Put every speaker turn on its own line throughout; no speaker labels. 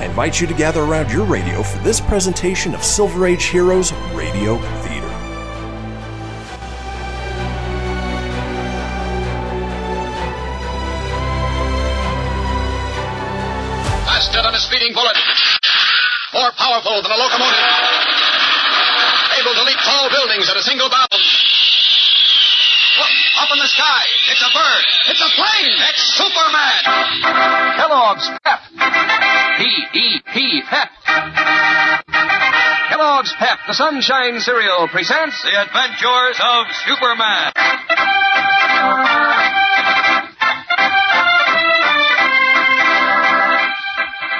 I invite you to gather around your radio for this presentation of Silver Age Heroes Radio Theater.
Faster than a speeding bullet. More powerful than a locomotive. Able to leap tall buildings at a single bound. Look, up in the sky. It's a bird. It's a plane. It's Superman. Kellogg's Pep. P-E-P Pep. Kellogg's Pep, the Sunshine Cereal, presents The Adventures of Superman.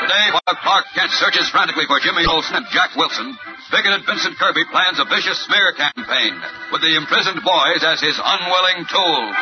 Today, while Clark Kent searches frantically for Jimmy Olsen and Jack Wilson, bigoted Vincent Kirby plans a vicious smear campaign with the imprisoned boys as his unwilling tools.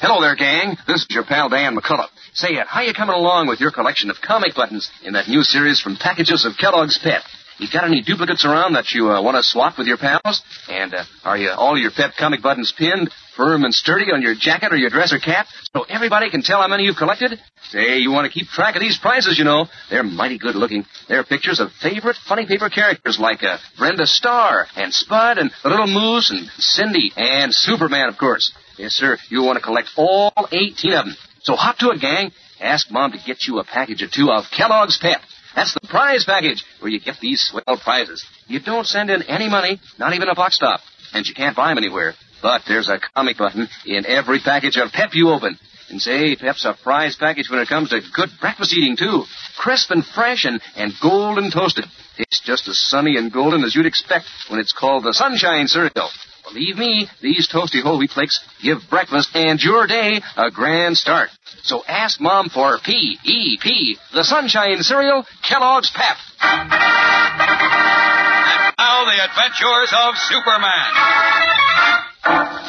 Hello there, gang. This is your pal Dan McCullough. Say, uh, how you coming along with your collection of comic buttons in that new series from packages of Kellogg's Pet? You got any duplicates around that you uh, want to swap with your pals? And uh, are you all your Pep comic buttons pinned firm and sturdy on your jacket or your dress or cap so everybody can tell how many you've collected? Say, you want to keep track of these prizes, you know. They're mighty good looking. They're pictures of favorite funny paper characters like uh, Brenda Starr and Spud and the Little Moose and Cindy and Superman, of course. Yes, sir. You want to collect all 18 of them. So hop to it, gang. Ask Mom to get you a package or two of Kellogg's Pep. That's the prize package, where you get these swell prizes. You don't send in any money, not even a box top. And you can't buy them anywhere. But there's a comic button in every package of Pep you open. And say, Pep's a prize package when it comes to good breakfast eating, too. Crisp and fresh and, and golden toasted. It's just as sunny and golden as you'd expect when it's called the Sunshine Cereal. Believe me, these toasty whole wheat flakes give breakfast and your day a grand start. So ask Mom for P-E-P, the Sunshine Cereal, Kellogg's Pep. And now the adventures of Superman.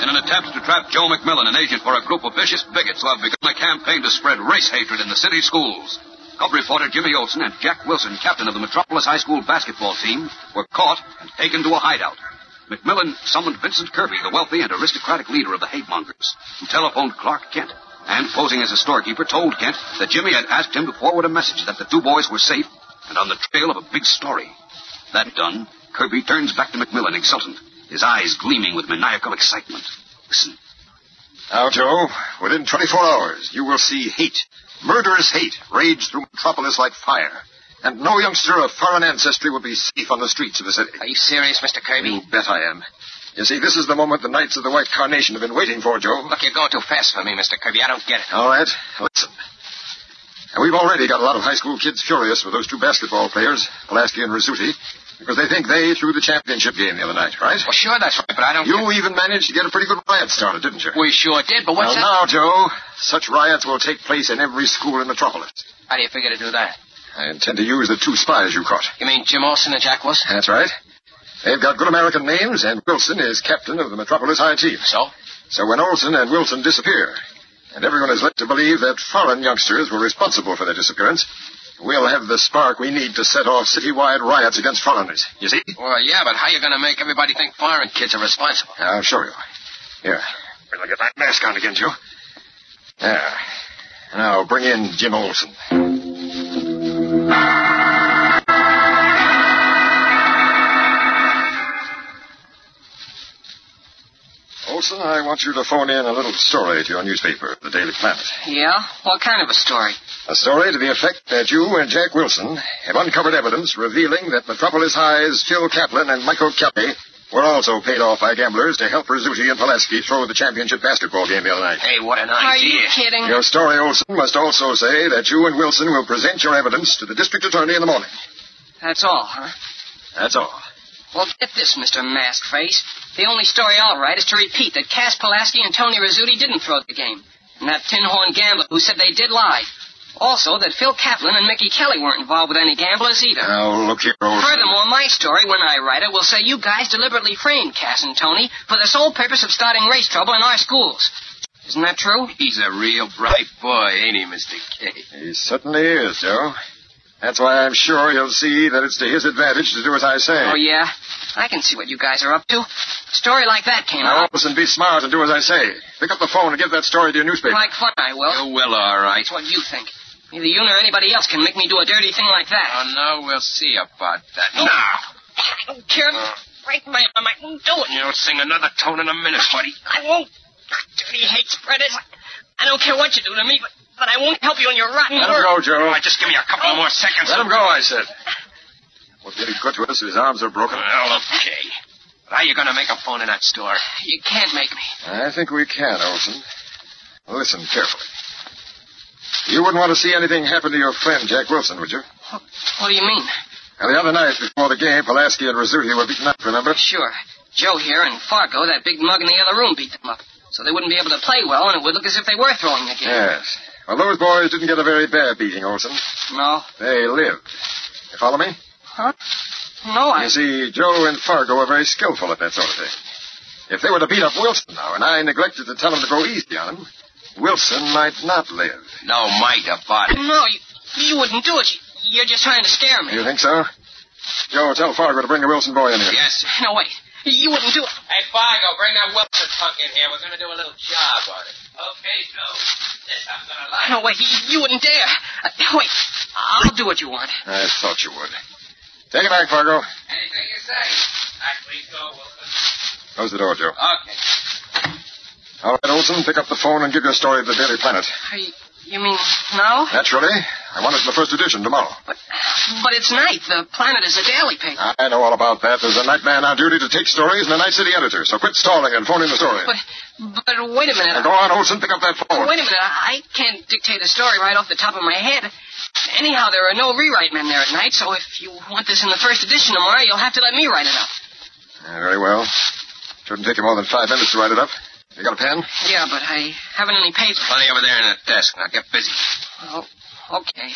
In an attempt to trap Joe McMillan, an agent for a group of vicious bigots who have begun a campaign to spread race hatred in the city schools, Cub reporter Jimmy Olsen and Jack Wilson, captain of the Metropolis High School basketball team, were caught and taken to a hideout. McMillan summoned Vincent Kirby, the wealthy and aristocratic leader of the Hate-mongers, who telephoned Clark Kent and, posing as a storekeeper, told Kent that Jimmy had asked him to forward a message that the two boys were safe and on the trail of a big story. That done, Kirby turns back to McMillan, exultant, his eyes gleaming with maniacal excitement. Listen.
Now, Joe, within 24 hours, you will see hate, murderous hate, rage through Metropolis like fire. And no youngster of foreign ancestry will be safe on the streets of the city.
Are you serious, Mr. Kirby?
You bet I am. You see, this is the moment the Knights of the White Carnation have been waiting for, Joe.
Look, you're going too fast for me, Mr. Kirby. I don't get it.
All right, listen. Now, we've already got a lot of high school kids furious with those two basketball players, Pulaski and Rizzuti, because they think they threw the championship game the other night, right?
Well, sure, that's right, but I don't.
You
get-
even managed to get a pretty good riot started, didn't you?
We sure did, but what's
well, now,
that?
Joe, such riots will take place in every school in Metropolis.
How do you figure to do that?
I intend to use the two spies you caught.
You mean Jim Olsen and Jack Wilson?
That's right. They've got good American names, and Wilson is captain of the Metropolis High Chief.
So?
So when Olson and Wilson disappear, and everyone is led to believe that foreign youngsters were responsible for their disappearance, we'll have the spark we need to set off citywide riots against foreigners. You see?
Well, yeah, but how you going to make everybody think foreign kids are responsible?
I'll show you. Here. Wait till I get that mask on again, Joe. There. Now bring in Jim Olson. Wilson, I want you to phone in a little story to your newspaper, the Daily Planet.
Yeah? What kind of a story?
A story to the effect that you and Jack Wilson have uncovered evidence revealing that Metropolis High's Phil Kaplan and Michael Kelly were also paid off by gamblers to help Rizzuti and Pulaski throw the championship basketball game the other night.
Hey, what an
Are
idea.
you kidding?
Your story, Olson, must also say that you and Wilson will present your evidence to the district attorney in the morning.
That's all, huh?
That's all.
Well, get this, Mr. Maskface. The only story I'll write is to repeat that Cass Pulaski and Tony Rizzuti didn't throw the game. And that tinhorn gambler who said they did lie. Also, that Phil Kaplan and Mickey Kelly weren't involved with any gamblers either.
Now, look here, Olson.
Furthermore, my story, when I write it, will say you guys deliberately framed Cass and Tony for the sole purpose of starting race trouble in our schools. Isn't that true?
He's a real bright boy, ain't he, Mr. K?
He certainly is, Joe. That's why I'm sure he'll see that it's to his advantage to do as I say.
Oh, yeah? I can see what you guys are up to. A story like that came
Now,
out.
Olson, be smart and do as I say. Pick up the phone and give that story to your newspaper.
Like fun, I will.
Oh, well, all right.
That's what you think. Neither you nor anybody else can make me do a dirty thing like
Uh,
that.
Oh, no, we'll see about that. Now,
I don't care. Break my arm. I won't do it.
you'll sing another tone in a minute, buddy.
I won't. Dirty hate spreaders. I don't care what you do to me, but, but I won't help you in your rotten
Let him
work.
go, Joe.
All right, just give me a couple more seconds.
Let him go, I said. What's really good to us is his arms are broken.
Well, okay. But how you going to make a phone in that store?
You can't make me.
I think we can, Olson. Listen carefully. You wouldn't want to see anything happen to your friend, Jack Wilson, would you?
What do you mean?
Now, the other night before the game, Pulaski and Rizzuti were beaten up, remember?
Sure. Joe here and Fargo, that big mug in the other room, beat them up. So they wouldn't be able to play well, and it would look as if they were throwing the game.
Yes. Well, those boys didn't get a very bad beating, Olson.
No.
They lived. You follow me?
Huh? No,
You
I.
see, Joe and Fargo are very skillful at that sort of thing. If they were to beat up Wilson now, and I neglected to tell him to go easy on him, Wilson might not live.
No, Mike, about it.
No, you, you wouldn't do it. You, you're just trying to scare me.
You think so? Joe, tell Fargo to bring the Wilson boy in here.
Yes.
No, wait. You wouldn't do it.
Hey, Fargo, bring that Wilson punk in here. We're going to do a little job on it. Okay, Joe. This I'm going to like.
No, wait. You, you wouldn't dare. Uh, wait. I'll do what you want.
I thought you would. Take it back, Fargo.
Anything you say. All right, please go, Wilson.
Close the door, Joe.
Okay.
All right, Olson, pick up the phone and give your story to the Daily Planet.
Are you, you mean now?
Naturally, I want it in the first edition tomorrow.
But, but it's night. The planet is a daily paper.
I know all about that. There's a night man on duty to take stories and a night city editor, so quit stalling and phone in the story.
But, but wait a minute.
Now go on, Olson, pick up that phone.
Wait a minute. I I can't dictate a story right off the top of my head. Anyhow, there are no rewrite men there at night, so if you want this in the first edition tomorrow, you'll have to let me write it up.
Yeah, very well. Shouldn't take you more than five minutes to write it up. You got a pen?
Yeah, but I haven't any paper.
Plenty over there in the desk. Now get busy.
Oh, okay.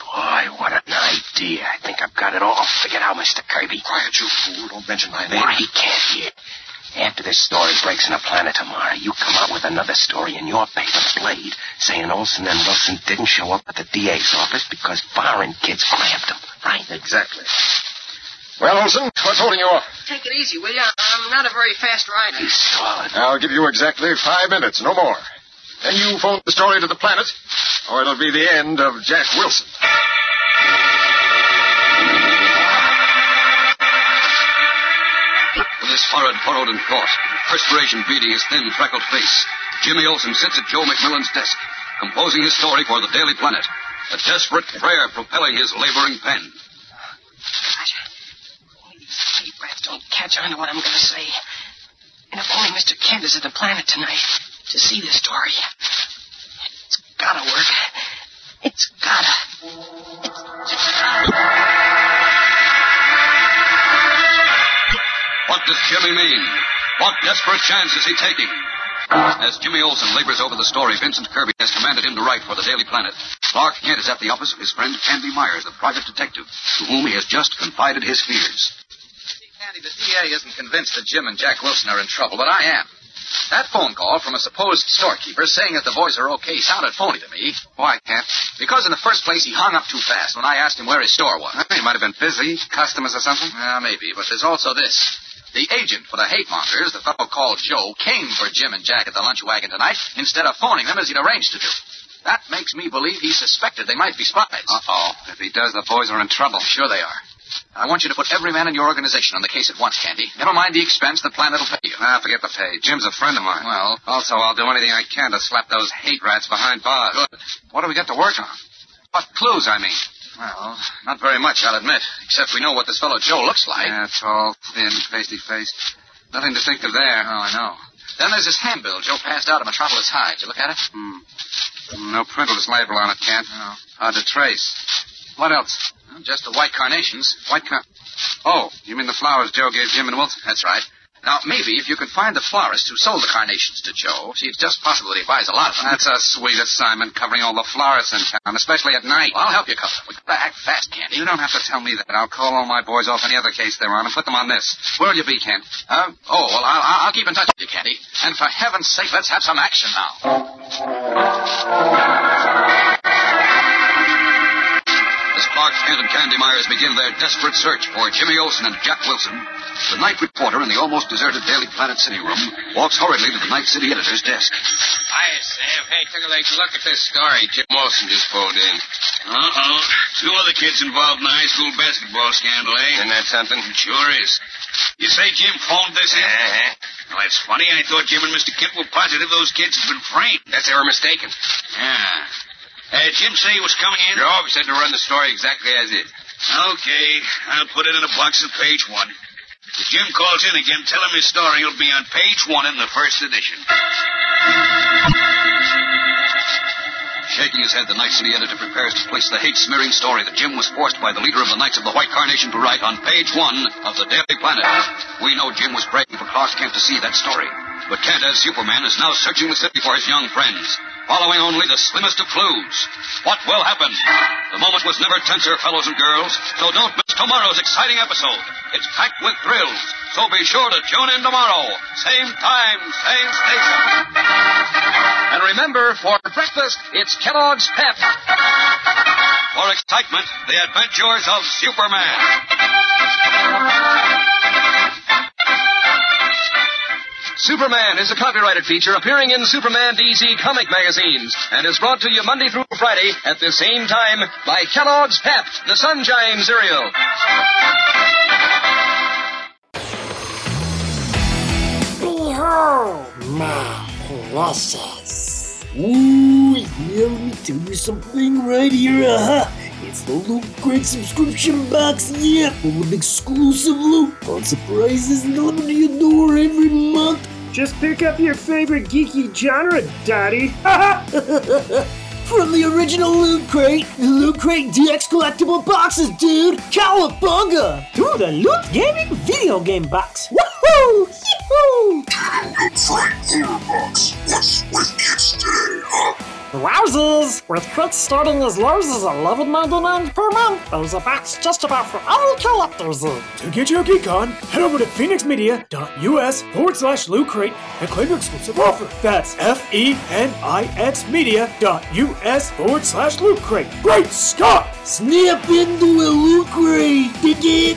Boy, what an idea. I think I've got it all figured out, Mr. Kirby.
Quiet, you fool. Don't mention my name.
Why, he can't hear. After this story breaks in the planet tomorrow, you come out with another story in your paper, Blade, saying Olson and Wilson didn't show up at the DA's office because foreign kids grabbed them, right?
Exactly. Well, Olson, what's holding you up?
Take it easy, will you? I'm not a very fast writer.
He's solid.
I'll give you exactly five minutes, no more. Then you phone the story to the planet, or it'll be the end of Jack Wilson.
With his forehead furrowed and taut, perspiration beading his thin, freckled face, Jimmy Olsen sits at Joe McMillan's desk, composing his story for the Daily Planet, a desperate prayer propelling his laboring pen.
Gosh, only these sleep rats don't catch on to what I'm going to say. And if only Mr. Kent is at the planet tonight to see this story. It's gotta work. It's gotta.
What does Jimmy mean? What desperate chance is he taking? As Jimmy Olsen labors over the story Vincent Kirby has commanded him to write for the Daily Planet, Clark Kent is at the office of his friend Candy Myers, the private detective, to whom he has just confided his fears.
Andy, the DA isn't convinced that Jim and Jack Wilson are in trouble, but I am. That phone call from a supposed storekeeper saying that the boys are okay sounded phony to me. Why, Kent? Because in the first place, he hung up too fast when I asked him where his store was. he might have been busy, customers or something. Yeah, maybe, but there's also this. The agent for the hate mongers, the fellow called Joe, came for Jim and Jack at the lunch wagon tonight instead of phoning them as he'd arranged to do. That makes me believe he suspected they might be spies.
Uh oh. If he does, the boys are in trouble.
Sure they are. I want you to put every man in your organization on the case at once, Candy. Never mind the expense. The planet will pay you.
Ah, forget the pay. Jim's a friend of mine. Well, also, I'll do anything I can to slap those hate rats behind bars. Good. What do we got to work on? What clues, I mean?
Well, not very much, I'll admit. Except we know what this fellow Joe looks like.
Yeah, tall, thin, pasty face. Nothing distinctive there.
Oh, I know. Then there's this handbill Joe passed out at Metropolis High. Did you look at it?
Hmm. No printer's label on it, Kent.
No.
Hard to trace. What else?
Well, Just the white carnations.
White car. Oh, you mean the flowers Joe gave Jim and Wilson?
That's right. Now, maybe if you can find the florist who sold the carnations to Joe, see, it's just possible that he buys a lot of them.
That's a sweet assignment, covering all the flowers in town, especially at night.
Well, I'll help you, Custer. We gotta act fast, Candy.
You don't have to tell me that. I'll call all my boys off any other case they're on and put them on this. Where'll you be, Kent?
Uh, oh, well, I'll, I'll- I'll keep in touch with you, Candy. And for heaven's sake, let's have some action now.
As Clark Kent and Candy Myers begin their desperate search for Jimmy Olsen and Jack Wilson, the night reporter in the almost deserted Daily Planet City room walks hurriedly to the night city editor's desk.
Hi, Sam. Hey, take a late look at this story Jim Wilson just pulled in. Uh-oh. Two other kids involved in a high school basketball scandal, eh?
Isn't that something?
Sure is. You say Jim phoned this in?
Uh-huh.
Well, that's funny. I thought Jim and Mr. Kent were positive those kids had been framed.
Guess they were mistaken.
Yeah. Uh, Jim say he was coming in?
No, we said to run the story exactly as is.
Okay. I'll put it in a box at page one. If Jim calls in again, tell him his story. It'll be on page one in the first edition.
Shaking his head, the night city editor prepares to place the hate smearing story that Jim was forced by the leader of the Knights of the White Carnation to write on page one of the Daily Planet. We know Jim was begging for Clark Kent to see that story. But Kent, as Superman, is now searching the city for his young friends, following only the slimmest of clues. What will happen? The moment was never tenser, fellows and girls, so don't miss tomorrow's exciting episode. It's packed with thrills, so be sure to tune in tomorrow. Same time, same station.
Uh-huh.
And remember, for breakfast, it's Kellogg's Pep.
For excitement, the adventures of Superman.
Superman is a copyrighted feature appearing in Superman DC comic magazines and is brought to you Monday through Friday at the same time by Kellogg's Pep, the Sunshine Cereal.
Behold my precious. Ooh, yeah, let me tell you something right here. Aha! It's the Loot Crate subscription box, yeah, full of exclusive loot, fun surprises delivered to your door every month.
Just pick up your favorite geeky genre, Daddy.
From the original Loot Crate, the Loot Crate DX collectible boxes, dude! Cowabunga!
To the Loot Gaming video game box.
Woohoo! Yee-hoo!
Wowzers! With crits starting as low as 11.99 per month, there's a box just about for all collectors. To get your geek on, head over to phoenixmedia.us forward slash loot crate and claim your exclusive offer. That's E F-E-N-I-X media.us forward slash loot crate. Great Scott!
Snap into a Loot Crate! Dig it!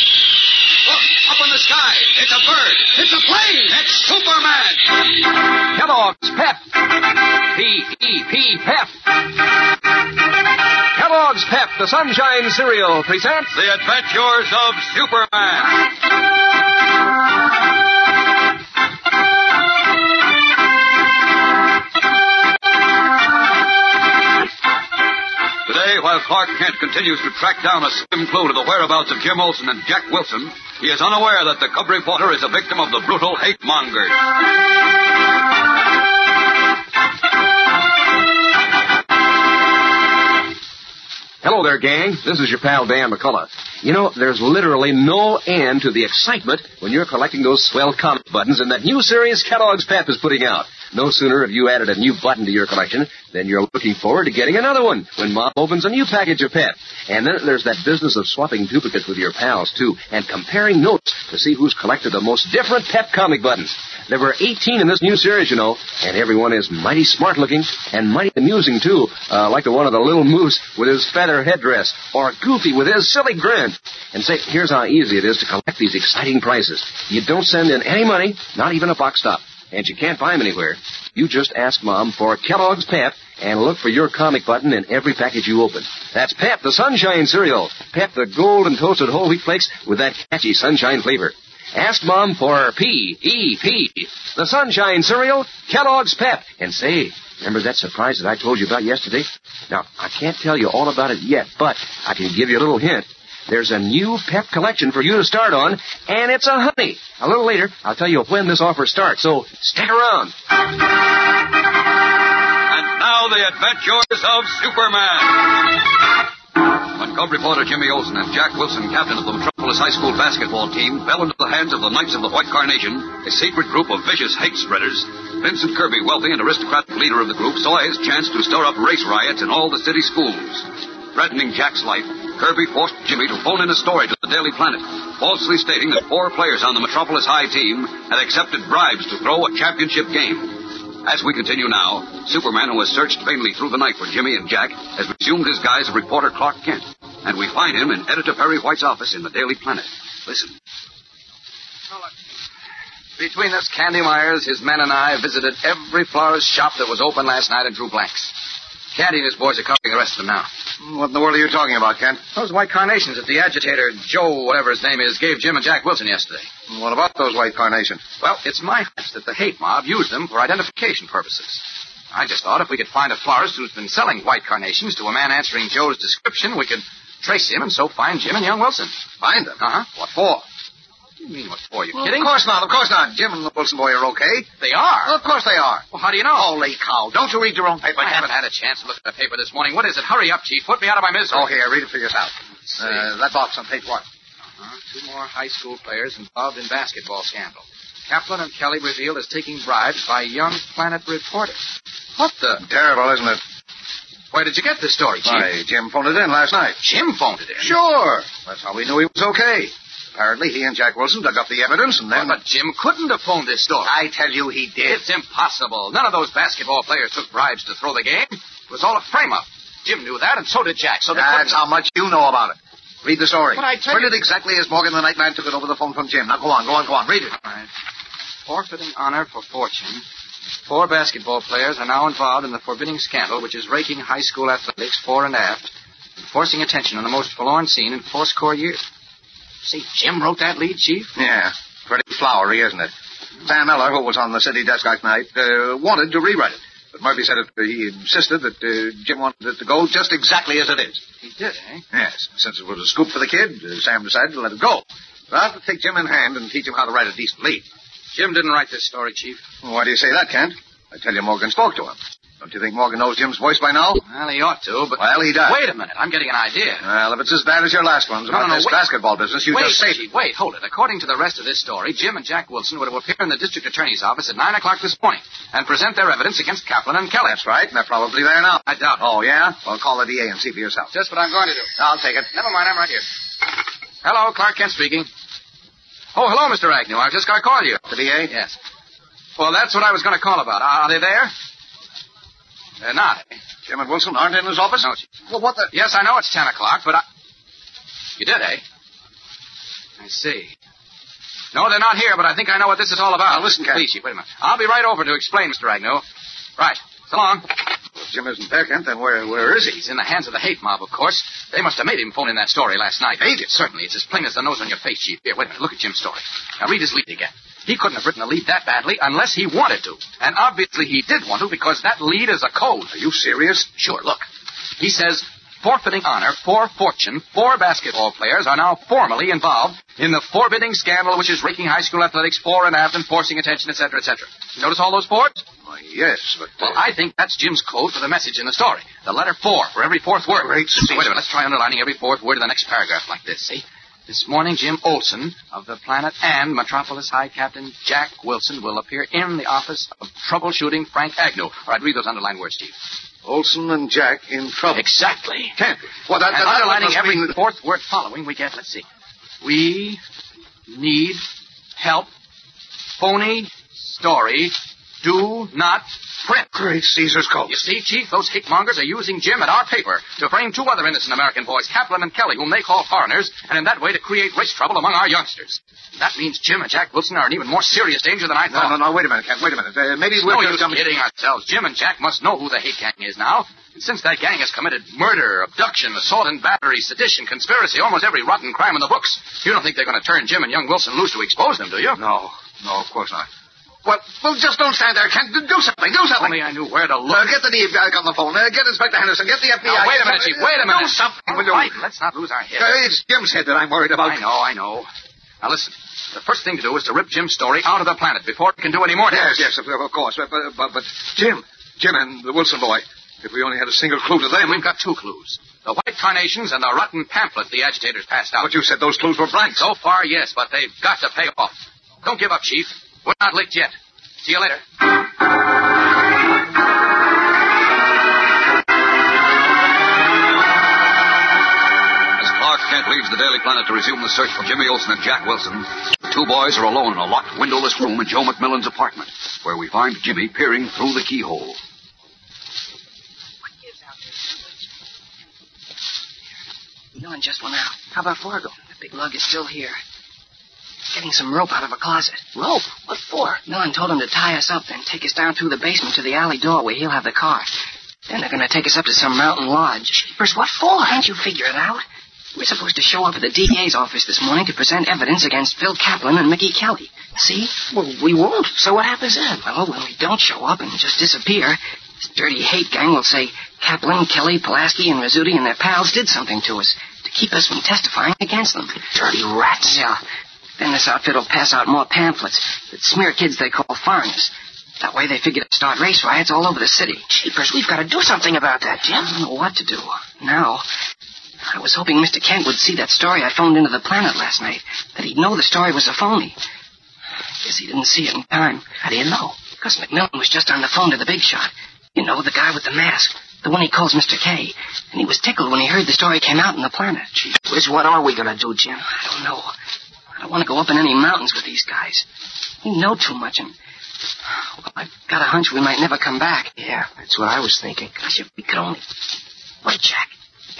Look, up in the sky. It's a bird. It's a plane. It's Superman.
Kellogg's Pep. P-E-P Pep. Kellogg's Pep, the Sunshine Cereal, presents
The Adventures of Superman. Today, while Clark Kent continues to track down a slim clue to the whereabouts of Jim Olsen and Jack Wilson, he is unaware that the cub reporter is a victim of the brutal hate mongers.
Hello there, gang. This is your pal Dan McCullough. You know, there's literally no end to the excitement when you're collecting those swell comic buttons in that new series Kellogg's Pep is putting out. No sooner have you added a new button to your collection than you're looking forward to getting another one when Mom opens a new package of Pep. And then there's that business of swapping duplicates with your pals, too, and comparing notes to see who's collected the most different Pep comic buttons. There were 18 in this new series, you know, and everyone is mighty smart looking and mighty amusing, too, uh, like the one of the little moose with his feather headdress, or Goofy with his silly grin. And say, here's how easy it is to collect these exciting prizes. You don't send in any money, not even a box top, and you can't buy them anywhere. You just ask Mom for Kellogg's Pep and look for your comic button in every package you open. That's Pep, the sunshine cereal. Pep, the golden toasted whole wheat flakes with that catchy sunshine flavor. Ask Mom for P.E.P., the sunshine cereal, Kellogg's Pep. And say, remember that surprise that I told you about yesterday? Now, I can't tell you all about it yet, but I can give you a little hint. There's a new Pep collection for you to start on, and it's a honey. A little later, I'll tell you when this offer starts, so stick around.
And now the adventures of Superman. When Cub reporter Jimmy Olsen and Jack Wilson, captain of the Metropolis High School basketball team, fell into the hands of the Knights of the White Carnation, a secret group of vicious hate spreaders, Vincent Kirby, wealthy and aristocratic leader of the group, saw his chance to stir up race riots in all the city schools. Threatening Jack's life, Kirby forced Jimmy to phone in a story to the Daily Planet, falsely stating that four players on the Metropolis High team had accepted bribes to throw a championship game. As we continue now, Superman, who has searched vainly through the night for Jimmy and Jack, has resumed his guise of reporter Clark Kent, and we find him in Editor Perry White's office in the Daily Planet. Listen.
Between us, Candy Myers, his men, and I visited every florist shop that was open last night and drew blanks. Candy and his boys are copying the rest of them now.
What in the world are you talking about, Kent?
Those white carnations that the agitator, Joe, whatever his name is, gave Jim and Jack Wilson yesterday.
What about those white carnations?
Well, it's my hunch that the hate mob used them for identification purposes. I just thought if we could find a florist who's been selling white carnations to a man answering Joe's description, we could trace him and so find Jim and young Wilson.
Find them?
Uh huh. What for? What do you mean, what for? You kidding?
Of course not, of course not. Jim and the Wilson boy are okay.
They are.
Well, of course they are.
Well, how do you know?
Holy cow. Don't you read your own paper,
I
Kent?
haven't had a chance to look at the paper this morning. What is it? Hurry up, Chief. Put me out of my misery.
Oh, here, read it for yourself. Uh, that box on page one.
Uh-huh. Two more high school players involved in basketball scandal. Kaplan and Kelly revealed as taking bribes by young planet reporter. What the?
Terrible, isn't it?
Where did you get this story, Chief?
Why, Jim phoned it in last night.
Jim phoned it in.
Sure. That's how we knew he was okay. Apparently, he and Jack Wilson dug up the evidence and then.
Well, but Jim couldn't have phoned this story.
I tell you, he did.
It's impossible. None of those basketball players took bribes to throw the game. It was all a frame-up. Jim knew that, and so did Jack. So they
That's
couldn't-
how much you know about it. Read the story.
But I tell you-
Read it exactly as Morgan the Nightman took it over the phone from Jim. Now go on, go on, go on. Read it.
All right. Forfeiting honor for fortune. Four basketball players are now involved in the forbidding scandal which is raking high school athletics fore and aft, and forcing attention on the most forlorn scene in fourscore years. See, Jim wrote that lead, Chief.
Yeah. Pretty flowery, isn't it? Sam Eller, who was on the city desk that night, uh, wanted to rewrite it. But Murphy said it, he insisted that uh, Jim wanted it to go just exactly as it is.
He did, eh?
Yes. Since it was a scoop for the kid, uh, Sam decided to let it go. But I'll have to take Jim in hand and teach him how to write a decent lead.
Jim didn't write this story, Chief.
Why do you say that, Kent? I tell you, Morgan spoke to him. Don't you think Morgan knows Jim's voice by now?
Well, he ought to, but.
Well, he does.
Wait a minute. I'm getting an idea.
Well, if it's as bad as your last ones about
no,
this
wait.
basketball business, you
wait,
just say
Chief, wait, hold it. According to the rest of this story, Jim and Jack Wilson would have appeared in the district attorney's office at 9 o'clock this morning and present their evidence against Kaplan and Kelly.
That's right, and they're probably there now.
I doubt it.
Oh, yeah? Well, call the DA and see for yourself.
Just what I'm going to do.
I'll take it.
Never mind, I'm right here. Hello, Clark Kent speaking. Oh, hello, Mr. Agnew. I've just got to call you.
The DA?
Yes. Well, that's what I was going to call about. Are are they there? They're not. eh?
Jim and Wilson aren't in his office?
No, Chief.
Well, what the...
Yes, I know it's 10 o'clock, but I. You did, eh? I see. No, they're not here, but I think I know what this is all about.
Now, listen, Kent.
Please, Chief, wait a minute. I'll be right over to explain, Mr. Agnew. Right. So long.
If Jim isn't there, Kent, then where, where is he?
He's in the hands of the hate mob, of course. They must have made him phone in that story last night. Made it? Certainly. It's as plain as the nose on your face, Chief. Here, wait a minute. Look at Jim's story. Now, read his lead again. He couldn't have written a lead that badly unless he wanted to. And obviously he did want to because that lead is a code.
Are you serious?
Sure, look. He says, forfeiting honor, for fortune, four basketball players are now formally involved in the forbidding scandal which is raking high school athletics fore and aft and forcing attention, etc., etc. Notice all those fours?
Why, yes, but. uh,
Well, I think that's Jim's code for the message in the story. The letter four for every fourth word.
Great
Wait a minute. Let's try underlining every fourth word of the next paragraph like this. See? This morning, Jim Olson of the Planet and Metropolis High Captain Jack Wilson will appear in the office of troubleshooting Frank Agnew. All right, read those underlined words, Steve.
Olson and Jack in trouble.
Exactly.
Can't be. Well,
And
that, that- that
underlining
must
every
mean that-
fourth word following, we get, let's see. We need help. Phony story. Do not print.
Great Caesar's cult.
You see, Chief, those hickmongers are using Jim and our paper to frame two other innocent American boys, Kaplan and Kelly, whom they call foreigners, and in that way to create race trouble among our youngsters. That means Jim and Jack Wilson are in even more serious danger than I
No,
thought.
no, no, wait a minute, Cap. Wait a minute. Uh, maybe
It's
we're
no
just
use kidding ourselves. Jim and Jack must know who the hate gang is now. And since that gang has committed murder, abduction, assault and battery, sedition, conspiracy, almost every rotten crime in the books, you don't think they're going to turn Jim and young Wilson loose to expose them, do you?
No, no, of course not. Well, well, just don't stand there, Kent. Do something. Do
If
something.
only I knew where to look.
Uh, get the DEF back on the phone. Uh, get Inspector Henderson. Get the FBI.
Now, wait a
Get
minute,
some-
Chief. Wait a minute.
Do something. will you?
Right, let's not lose our heads.
Uh, it's Jim's head that I'm worried about.
I know, I know. Now, listen. The first thing to do is to rip Jim's story out of the planet before it can do any more
Yes,
damage.
yes, of, of course. But, but, but, but Jim, Jim and the Wilson boy. If we only had a single clue to
And
them.
we've got two clues. The white carnations and the rotten pamphlet the agitators passed out.
But you said those clues were blanks.
So far, yes, but they've got to pay off. Don't give up, Chief. We're not licked yet. See you later.
As Clark Kent leaves the Daily Planet to resume the search for Jimmy Olsen and Jack Wilson, the two boys are alone in a locked, windowless room in Joe McMillan's apartment, where we find Jimmy peering through the keyhole.
The yarn just went out. How about Fargo? That big lug is still here. Getting some rope out of a closet. Rope? What for? Millen told him to tie us up, then take us down through the basement to the alley door where he'll have the car. Then they're going to take us up to some mountain lodge. Jeepers, what for? Can't you figure it out? We're supposed to show up at the DA's office this morning to present evidence against Phil Kaplan and Mickey Kelly. See? Well, we won't. So what happens then? Well, when we don't show up and just disappear, this dirty hate gang will say Kaplan, Kelly, Pulaski, and Rizzuti and their pals did something to us to keep us from testifying against them. Dirty rats. Yeah. Then this outfit will pass out more pamphlets that smear kids they call foreigners. That way they figure to start race riots all over the city. Jeepers, we've got to do something about that, Jim. I don't know what to do. Now, I was hoping Mr. Kent would see that story I phoned into the planet last night, that he'd know the story was a phony. Guess he didn't see it in time. How do you know? Because McMillan was just on the phone to the big shot. You know, the guy with the mask. The one he calls Mr. K. And he was tickled when he heard the story came out in the planet. Jeez, what are we going to do, Jim? I don't know. I don't want to go up in any mountains with these guys. We know too much, and well, I've got a hunch we might never come back. Yeah, that's what I was thinking. Gosh, if we could only. Wait, Jack.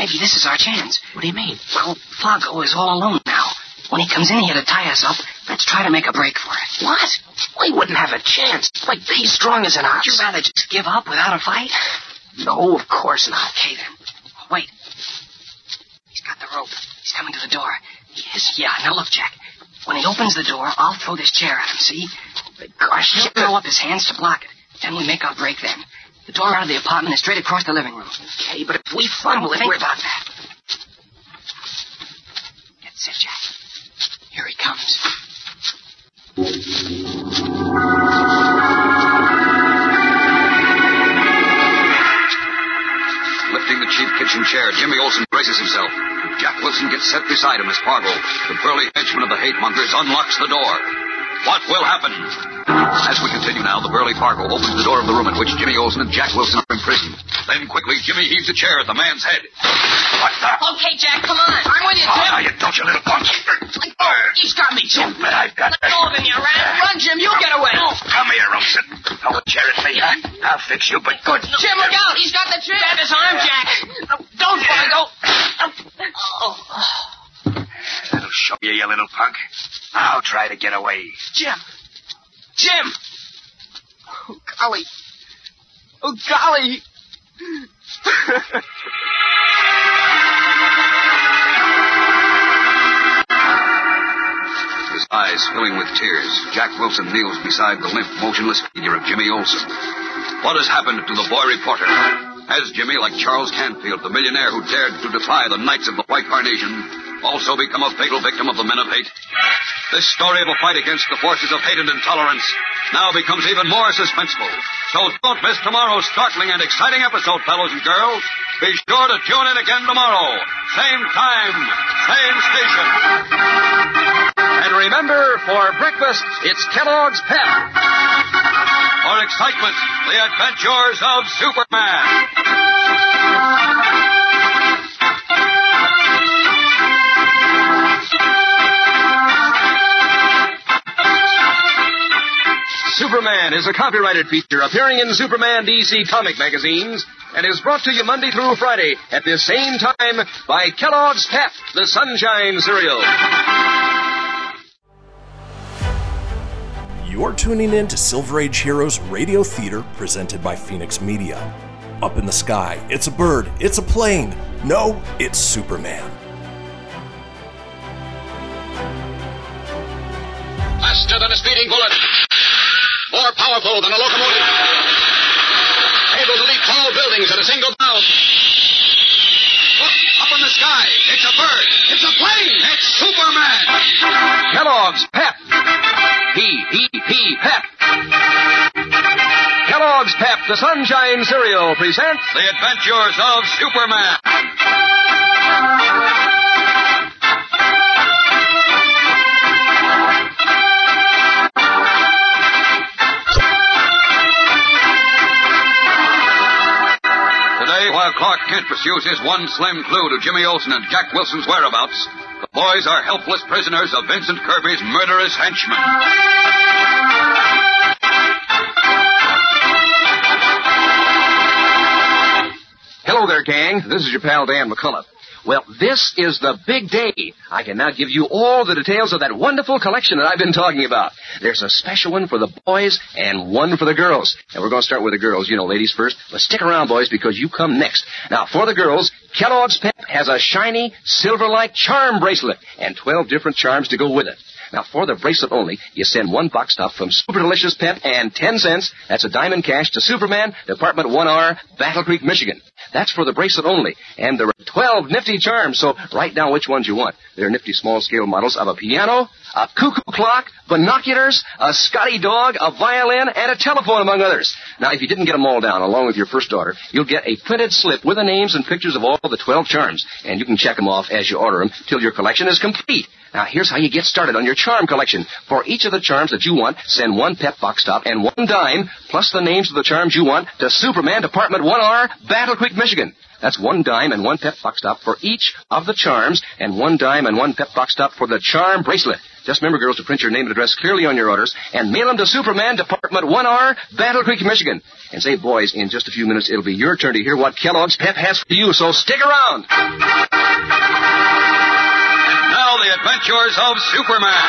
Maybe this is our chance. What do you mean? Well, Flago is all alone now. When he comes in here to tie us up, let's try to make a break for it. What? We wouldn't have a chance. Like, he's strong as an ox. Would you rather just give up without a fight? No, of course not. Okay, then. Wait. He's got the rope. He's coming to the door. He is? Yeah, now look, Jack. When he opens the door, I'll throw this chair at him, see? Gosh, he'll throw up his hands to block it. Then we make our break then. The door out of the apartment is straight across the living room. Okay, but if we fumble it, think about that. Get set, Jack. Here he comes.
Lifting the cheap kitchen chair, Jimmy Olsen braces himself. Jack Wilson gets set beside him as Fargo, the burly henchman of the hate mongers, unlocks the door. What will happen? As we continue now, the burly Fargo opens the door of the room in which Jimmy Olsen and Jack Wilson are imprisoned. Then quickly, Jimmy heaves a chair at the man's head. What the?
Okay, Jack, come on. I'm with you,
Oh, now you don't, you little punk.
Oh, He's got me, Jim.
But I've got that.
him, you rat. Run, Jim. You get away.
Come here, Olsen. Hold the chair at me, huh? I'll fix you, but good.
Jim, look out. He's got the chair. Grab his arm, Jack. Don't, Fargo.
That'll show you, you little punk. Now try to get away.
Jim. Jim. Oh, golly. Oh, golly.
His eyes filling with tears, Jack Wilson kneels beside the limp, motionless figure of Jimmy Olsen. What has happened to the boy reporter? As Jimmy, like Charles Canfield, the millionaire who dared to defy the Knights of the White Carnation, also become a fatal victim of the men of hate, this story of a fight against the forces of hate and intolerance now becomes even more suspenseful. So don't miss tomorrow's startling and exciting episode, fellows and girls. Be sure to tune in again tomorrow. Same time, same station.
And remember, for breakfast, it's Kellogg's Pep.
For excitement, the adventures of Superman.
Superman is a copyrighted feature appearing in Superman DC comic magazines and is brought to you Monday through Friday at this same time by Kellogg's Pep, the Sunshine Cereal.
You're tuning in to Silver Age Heroes Radio Theater presented by Phoenix Media. Up in the sky, it's a bird, it's a plane. No, it's Superman.
Faster than a speeding bullet. More powerful than a locomotive. Able to leap tall buildings at a single bound.
Look up in the sky. It's a bird. It's a plane. It's Superman.
Kellogg's Pep. E P-E-P Pep. Kellogg's Pep, the Sunshine Cereal, presents
The adventures of Superman. Today, while Clark Kent pursues his one slim clue to Jimmy Olsen and Jack Wilson's whereabouts, the boys are helpless prisoners of Vincent Kirby's murderous henchmen.
Hello there, gang. This is your pal Dan McCullough. Well, this is the big day. I can now give you all the details of that wonderful collection that I've been talking about. There's a special one for the boys and one for the girls. And we're going to start with the girls, you know, ladies first. But stick around, boys, because you come next. Now, for the girls, Kellogg's Pep has a shiny, silver-like charm bracelet and 12 different charms to go with it. Now, for the bracelet only, you send one box stuff from Super Delicious Pep and 10 cents, that's a diamond cash, to Superman, Department 1R, Battle Creek, Michigan. That's for the bracelet only. And there are 12 nifty charms, so write down which ones you want. There are nifty small-scale models of a piano, a cuckoo clock, binoculars, a Scotty dog, a violin, and a telephone, among others. Now, if you didn't get them all down, along with your first order, you'll get a printed slip with the names and pictures of all the 12 charms, and you can check them off as you order them till your collection is complete. Now, here's how you get started on your charm collection. For each of the charms that you want, send one pep box stop and one dime, plus the names of the charms you want, to Superman Department 1R, Battle Creek, Michigan. That's one dime and one pep box stop for each of the charms, and one dime and one pep box stop for the charm bracelet. Just remember, girls, to print your name and address clearly on your orders and mail them to Superman, Department 1R, Battle Creek, Michigan. And say, boys, in just a few minutes, it'll be your turn to hear what Kellogg's Pep has for you, so stick around.
Now, the adventures of Superman.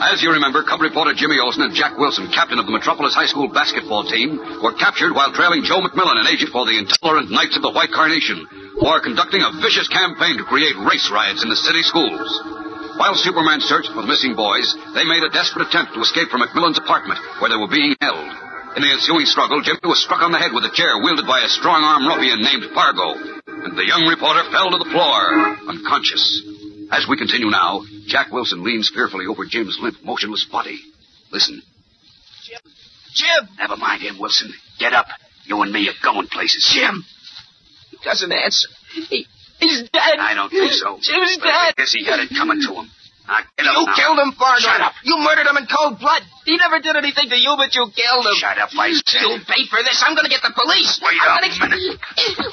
As you remember, Cub reporter Jimmy Olsen and Jack Wilson, captain of the Metropolis High School basketball team, were captured while trailing Joe McMillan, an agent for the intolerant Knights of the White Carnation, for conducting a vicious campaign to create race riots in the city schools. While Superman searched for the missing boys, they made a desperate attempt to escape from McMillan's apartment, where they were being held. In the ensuing struggle, Jimmy was struck on the head with a chair wielded by a strong arm ruffian named Fargo, and the young reporter fell to the floor, unconscious. As we continue now, Jack Wilson leans fearfully over Jim's limp, motionless body. Listen.
Jim!
Never mind him, Wilson. Get up. You and me are going places.
Jim! He doesn't answer. He, he's dead.
I don't think so.
Jim's
But I
dead.
guess he had it coming to him. Now, get up
You
now.
killed him, Fargo.
Shut up.
You murdered him in cold blood. He never did anything to you, but you killed him.
Shut up, I said.
You'll pay for this. I'm going to get the police.
Wait
I'm
a
gonna...
minute.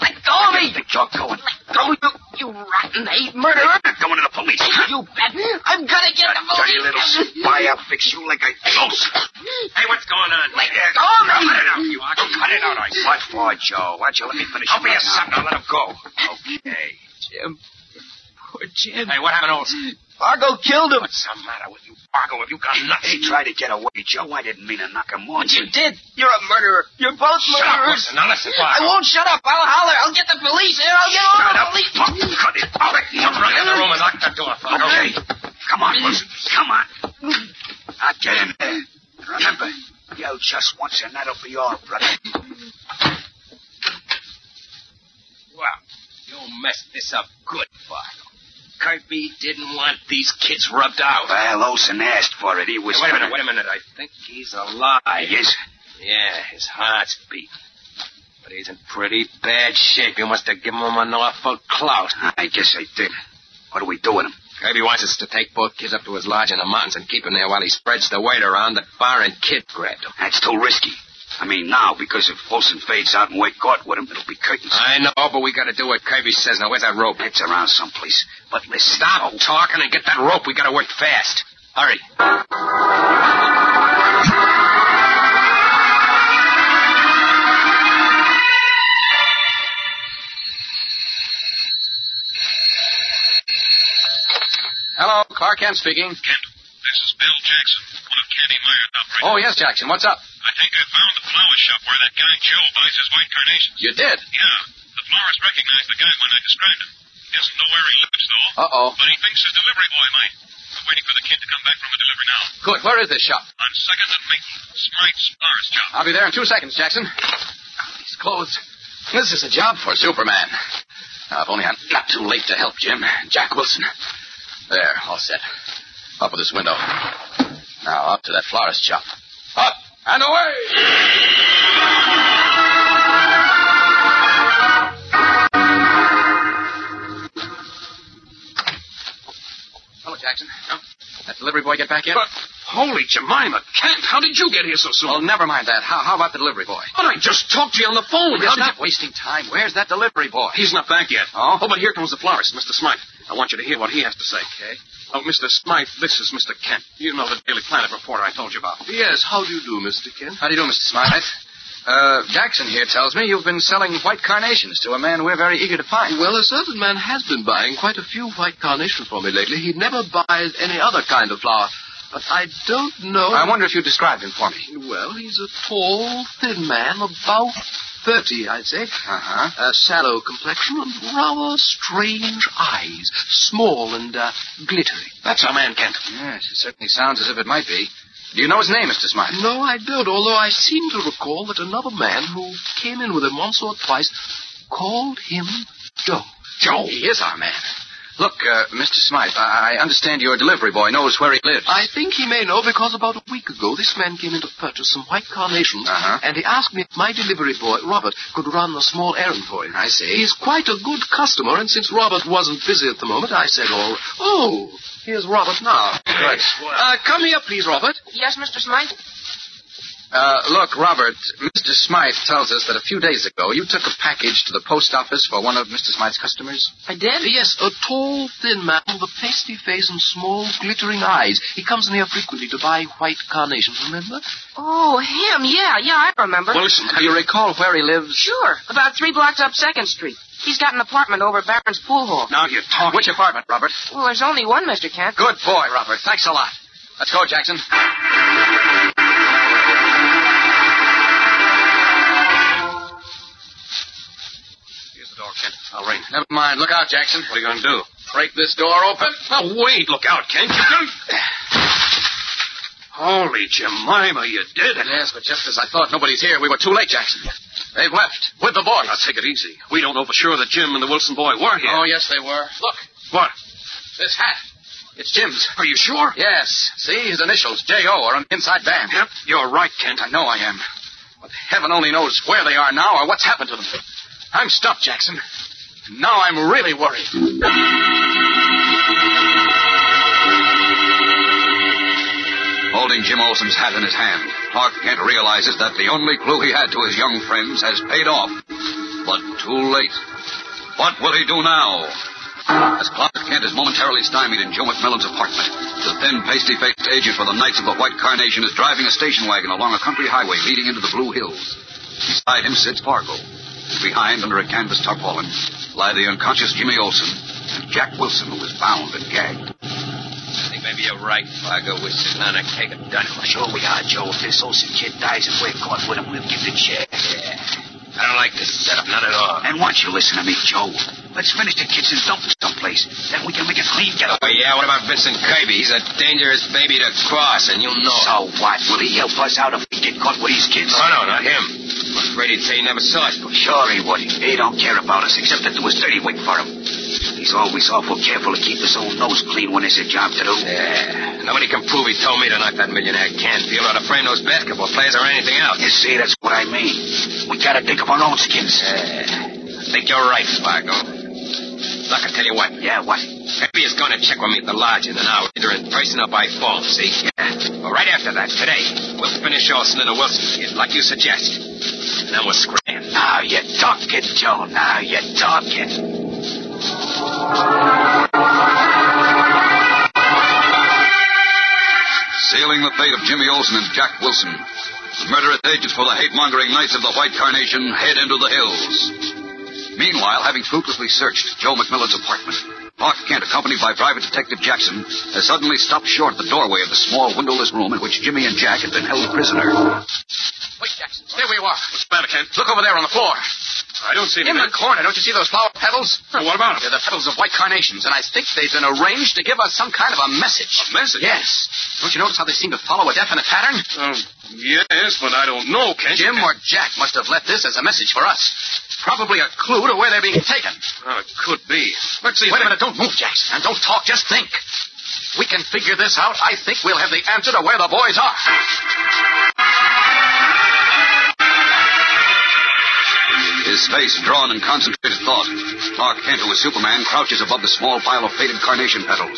Let go of me.
Think you're going.
Let go, you, you rotten hate murderer.
You're not going to the police.
You bet. I'm going to get the police.
Dirty little spy. I'll fix you like I close. Hey, what's going on? Like,
there?
go on, cut it out, you are. Cut it out, I say. What for, Joe? Why don't you let me finish I'll be a son. Now let him go. Okay.
Jim. Poor Jim.
Hey, what happened, Olsen?
Fargo killed him.
What's the matter with you, Fargo? Have you got nuts? He tried to get away, Joe. I didn't mean to knock him off.
But you did. You're a murderer. You're both
Shut up,
murderers.
Wilson. Now listen,
I
Fargo.
won't shut up. I'll holler. I'll get the police here. I'll get all
Shut
the
up.
police.
Pop, Cut it out. Come
Run in the room and knock that door, Fargo.
Okay. Come on, Wilson. Come on. Now get in there. Remember, yell just once and that'll be all, brother. messed this up good, Fargo. Kirby didn't want these kids rubbed out.
Well, Olson asked for it. He was.
Hey, wait a minute, wait a minute. I think he's alive.
He is?
Yeah, his heart's beating. But he's in pretty bad shape. You must have given him an awful clout.
I guess I did. What do we do with him?
Kirby wants us to take both kids up to his lodge in the mountains and keep him there while he spreads the word around that foreign kid grabbed him.
That's too risky. I mean, now, because if Olson fades out and we're caught with him, it'll be curtains.
I know, but we gotta do what Kirby says. Now, where's that rope?
It's around someplace. But listen.
Stop talking and get that rope. We gotta work fast. Hurry.
Hello, Clark Kent speaking.
Kent, this is Bill Jackson, one of Candy Meyer's operators.
Oh, yes, Jackson. What's up?
I think I found the flower shop where that guy Joe buys his white carnations.
You did?
Yeah. The florist recognized the guy when I described him. He doesn't know where he lives, though.
Uh-oh.
But he thinks his delivery boy might. We're waiting for the kid to come back from a delivery now.
Good. Where is this shop?
On second and Maple. Smythe's florist shop.
I'll be there in two seconds, Jackson. These clothes. This is a job for Superman. Now, if only I'm not too late to help Jim. Jack Wilson. There, all set. Up with this window. Now, up to that florist shop. Up and away! Hello, Jackson. That delivery boy get back yet?
But, holy Jemima, Kent, how did you get here so soon?
Well, never mind that. How, how about the delivery boy?
But I just talked to you on the
Oh,
phone.
You're
How did
not
you-
wasting time. Where's that delivery boy?
He's not back yet.
Oh?
but here comes the florist, Mr. Smythe. I want you to hear what he has to say. Okay. Oh, Mr. Smythe, this is Mr. Kent. You know the Daily Planet reporter I told you about.
Yes, how do you do, Mr. Kent?
How do you do, Mr. Smythe? Uh, Jackson here tells me you've been selling white carnations to a man we're very eager to find.
Well, a certain man has been buying quite a few white carnations for me lately. He never buys any other kind of flower. But I don't know.
I wonder if you described him for me.
Well, he's a tall, thin man, about 30, I'd say.
Uh-huh.
A sallow complexion and rather strange eyes, small and uh, glittering.
That's our man, Kent.
Yes, it certainly sounds as if it might be. Do you know his name, Mr. Smythe?
No, I don't, although I seem to recall that another man who came in with him once or twice called him Joe.
Joe. He is our man. Look, uh, Mr. Smythe, I-, I understand your delivery boy knows where he lives.
I think he may know because about a week ago this man came in to purchase some white carnations,
Uh-huh.
and he asked me if my delivery boy, Robert, could run a small errand for him.
I see.
He's quite a good customer, and since Robert wasn't busy at the moment, I said, all, oh, here's Robert now.
Great.
Uh, come here, please, Robert.
Yes, Mr. Smythe?
Uh, look, Robert, Mr. Smythe tells us that a few days ago you took a package to the post office for one of Mr. Smythe's customers.
I did?
Yes, a tall, thin man with a pasty face and small, glittering eyes. He comes in here frequently to buy white carnations, remember?
Oh, him. Yeah, yeah, I remember.
Well, listen,
Do you recall where he lives?
sure. About three blocks up Second Street. He's got an apartment over Barron's Pool Hall.
now you're talking.
Which apartment, Robert?
Well, there's only one, Mr. Kent.
Good boy, Robert. Thanks a lot. Let's go, Jackson.
Here's the door, Kent. I'll ring.
Never mind. Look out, Jackson.
What are you going to do?
Break this door open.
Now, wait. Look out, Kent. You can... Holy Jemima, you did it.
Yes, but just as I thought nobody's here, we were too late, Jackson. They've left with the boys.
Now, take it easy. We don't know for sure that Jim and the Wilson boy were here.
Oh, yes, they were. Look,
What?
this hat. It's Jim's.
Are you sure?
Yes. See, his initials, J.O., are on the inside band.
Yep, you're right, Kent.
I know I am. But heaven only knows where they are now or what's happened to them. I'm stumped, Jackson. Now I'm really worried.
Holding Jim Olson's hat in his hand, Clark Kent realizes that the only clue he had to his young friends has paid off. But too late. What will he do now? As Clark Kent is momentarily stymied in Joe McMillan's apartment, the thin, pasty faced agent for the Knights of the White Carnation is driving a station wagon along a country highway leading into the Blue Hills. Beside him sits Fargo. Behind, under a canvas tarpaulin, lie the unconscious Jimmy Olson and Jack Wilson, who is bound and gagged.
I think maybe you're right, Fargo. We're sitting on a keg of dynamite.
Sure we are, Joe. If this Olson kid dies and we're caught with him, we'll get the chair.
I don't like this setup, not at all.
And why don't you listen to me, Joe? Let's finish the kids and dump them someplace. Then we can make a clean getaway.
Oh, yeah, what about Vincent Kirby? He's a dangerous baby to cross, and you know it.
So what? Will he help us out if we get caught with these kids?
No, no, not him. I'm afraid he'd say he never saw us.
Sure he would. He don't care about us, except to do his dirty work for him. He's always awful careful to keep his own nose clean when there's a job to do.
Yeah. Nobody can prove he told me to knock that millionaire Canfield or to frame those basketball players or anything else.
You see, that's what I mean. We gotta dig up our own skins.
I think you're right, Fargo. Look, I tell you what.
Yeah, what?
Peppy is going to check with me at the lodge in an hour, either in person or by phone, see? Yeah. Well, right after that, today, we'll finish Olson and the Wilson kid, like you suggest. And then we'll scram.
Now you're talking, Joe. Now you're talking.
Sealing the fate of Jimmy Olsen and Jack Wilson, the murderous agents for the hate-mongering Knights of the White Carnation head into the hills. Meanwhile, having fruitlessly searched Joe McMillan's apartment, Clark Kent, accompanied by Private Detective Jackson, has suddenly stopped short at the doorway of the small windowless room in which Jimmy and Jack had been held prisoner.
Wait, Jackson.
Stay where you are. What's the matter, Kent?
Look over there on the floor.
I don't see
In
anything.
the corner, don't you see those flower petals?
Well, what about 'em?
They're the petals of white carnations, and I think they've been arranged to give us some kind of a message.
A message?
Yes. Don't you notice how they seem to follow a definite pattern?
Uh, yes, but I don't know, Kent.
Jim or Jack must have left this as a message for us. Probably a clue to where they're being taken.
Well, it could be. Let's see.
Wait a minute, don't move, Jackson, and don't talk, just think. We can figure this out. I think we'll have the answer to where the boys are.
His face drawn in concentrated thought, Clark Kent, who is Superman, crouches above the small pile of faded carnation petals.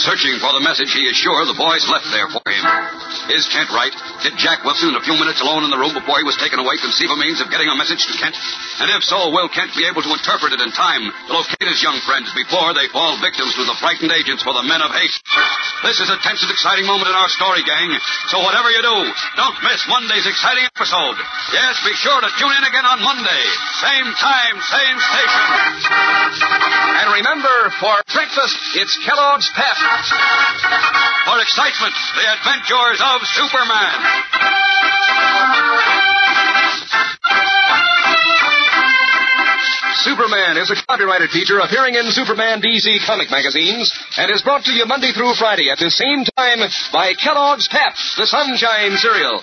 Searching for the message he is sure the boys left there for him. Is Kent right? Did Jack Wilson, in a few minutes alone in the room before he was taken away, conceive a means of getting a message to Kent? And if so, will Kent be able to interpret it in time to locate his young friends before they fall victims to the frightened agents for the men of hate? This is a tense and exciting moment in our story, gang. So whatever you do, don't miss Monday's exciting episode. Yes, be sure to tune in again on Monday. Same time, same station.
And remember, for breakfast, it's Kellogg's Pep.
For excitement, the adventures of Superman.
Superman is a copyrighted feature appearing in Superman DC comic magazines and is brought to you Monday through Friday at the same time by Kellogg's Pep, the Sunshine Cereal.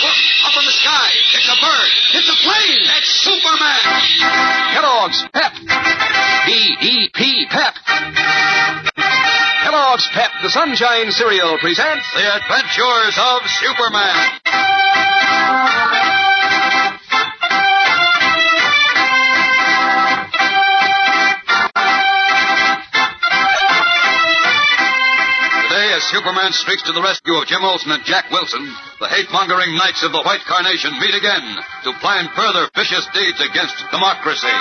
Look, up in the sky. It's a bird. It's a plane. It's Superman.
Kellogg's Pep. D.E.P. Pep. Kellogg's Pep, the Sunshine Cereal, presents The Adventures of Superman.
Today, as Superman streaks to the rescue of Jim Olsen and Jack Wilson, the hate-mongering knights of the White Carnation meet again to plan further vicious deeds against democracy.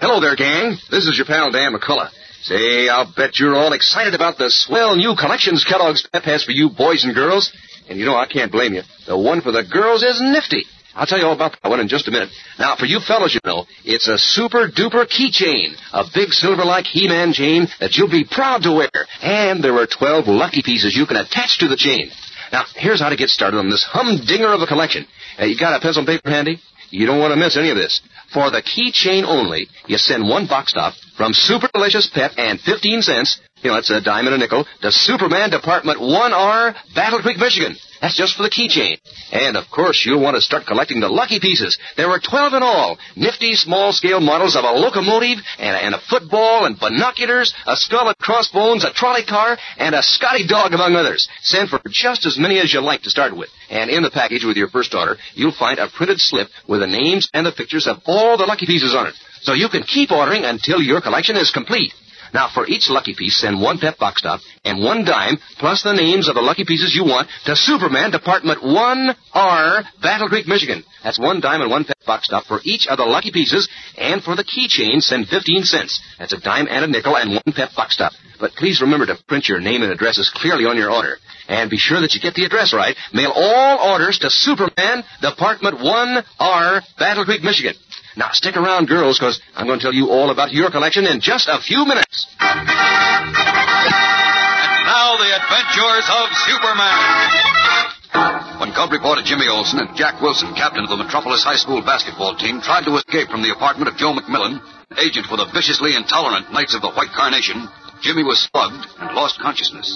Hello there, gang. This is your pal Dan McCullough. Say, I'll bet you're all excited about the swell new collections Kellogg's Pep has for you boys and girls. And you know, I can't blame you. The one for the girls is nifty. I'll tell you all about that one in just a minute. Now, for you fellas, you know, it's a super duper keychain. A big silver like He Man chain that you'll be proud to wear. And there are 12 lucky pieces you can attach to the chain. Now, here's how to get started on this humdinger of a collection. Uh, you got a pencil and paper handy? You don't want to miss any of this. For the keychain only, you send one box top from Super Delicious Pet and 15 cents, you know, that's a dime and a nickel, to Superman Department 1R, Battle Creek, Michigan. That's just for the keychain. And of course, you'll want to start collecting the lucky pieces. There are 12 in all. Nifty small scale models of a locomotive and a, and a football and binoculars, a skull and crossbones, a trolley car, and a Scotty dog, among others. Send for just as many as you like to start with. And in the package with your first order, you'll find a printed slip with the names and the pictures of all the lucky pieces on it. So you can keep ordering until your collection is complete. Now, for each lucky piece, send one pep box stop and one dime, plus the names of the lucky pieces you want, to Superman Department 1R, Battle Creek, Michigan. That's one dime and one pep box stop for each of the lucky pieces, and for the keychain, send 15 cents. That's a dime and a nickel and one pep box stop. But please remember to print your name and addresses clearly on your order. And be sure that you get the address right. Mail all orders to Superman, Department 1R, Battle Creek, Michigan. Now, stick around, girls, because I'm going to tell you all about your collection in just a few minutes.
Now the adventures of Superman. When Cub reporter Jimmy Olsen and Jack Wilson, captain of the Metropolis High School basketball team, tried to escape from the apartment of Joe McMillan, an agent for the viciously intolerant Knights of the White Carnation, Jimmy was slugged and lost consciousness.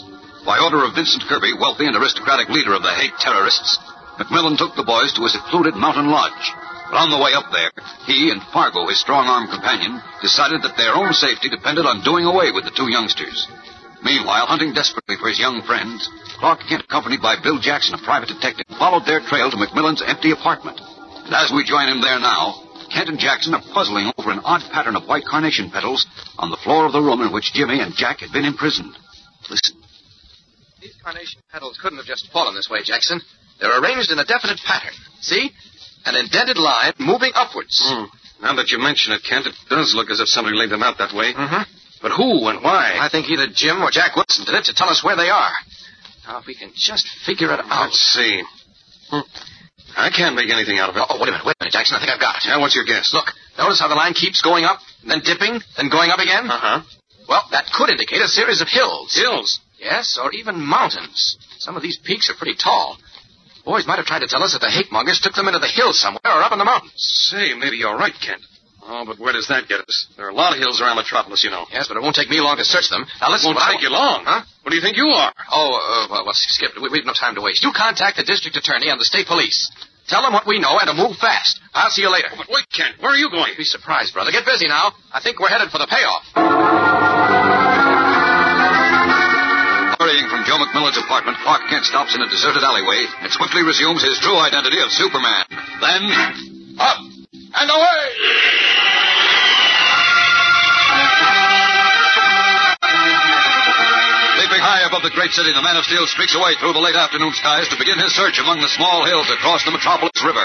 By order of Vincent Kirby, wealthy and aristocratic leader of the hate terrorists, McMillan took the boys to a secluded mountain lodge. But on the way up there, he and Fargo, his strong armed companion, decided that their own safety depended on doing away with the two youngsters. Meanwhile, hunting desperately for his young friends, Clark Kent, accompanied by Bill Jackson, a private detective, followed their trail to McMillan's empty apartment. And as we join him there now, Kent and Jackson are puzzling over an odd pattern of white carnation petals on the floor of the room in which Jimmy and Jack had been imprisoned. Listen.
These carnation petals couldn't have just fallen this way, Jackson. They're arranged in a definite pattern. See? An indented line moving upwards.
Hmm. Now that you mention it, Kent, it does look as if somebody laid them out that way.
Mm-hmm.
But who and why?
I think either Jim or Jack Wilson did it to tell us where they are. Now, if we can just figure it out.
Let's see. Hmm. I can't make anything out of it.
Oh, wait a minute, wait a minute, Jackson. I think I've got it.
Now, what's your guess?
Look, notice how the line keeps going up, then dipping, then going up again?
Uh huh.
Well, that could indicate a series of hills.
Hills?
Yes, or even mountains. Some of these peaks are pretty tall. Boys might have tried to tell us that the hate mongers took them into the hills somewhere or up in the mountains.
Say, maybe you're right, Kent. Oh, but where does that get us? There are a lot of hills around Metropolis, you know.
Yes, but it won't take me long to search them. Now, listen.
Won't
what I
take you long,
Huh?
What do you think you are?
Oh, uh, well, well, Skip, we, we've no time to waste. You contact the district attorney and the state police. Tell them what we know and to move fast. I'll see you later.
Oh, But wait, Kent, where are you going?
Don't be surprised, brother. Get busy now. I think we're headed for the payoff.
Hurrying from Joe McMillan's apartment, Clark Kent stops in a deserted alleyway and swiftly resumes his true identity of Superman. Then, up and away! Leaping high above the great city, the Man of Steel streaks away through the late afternoon skies to begin his search among the small hills across the Metropolis River.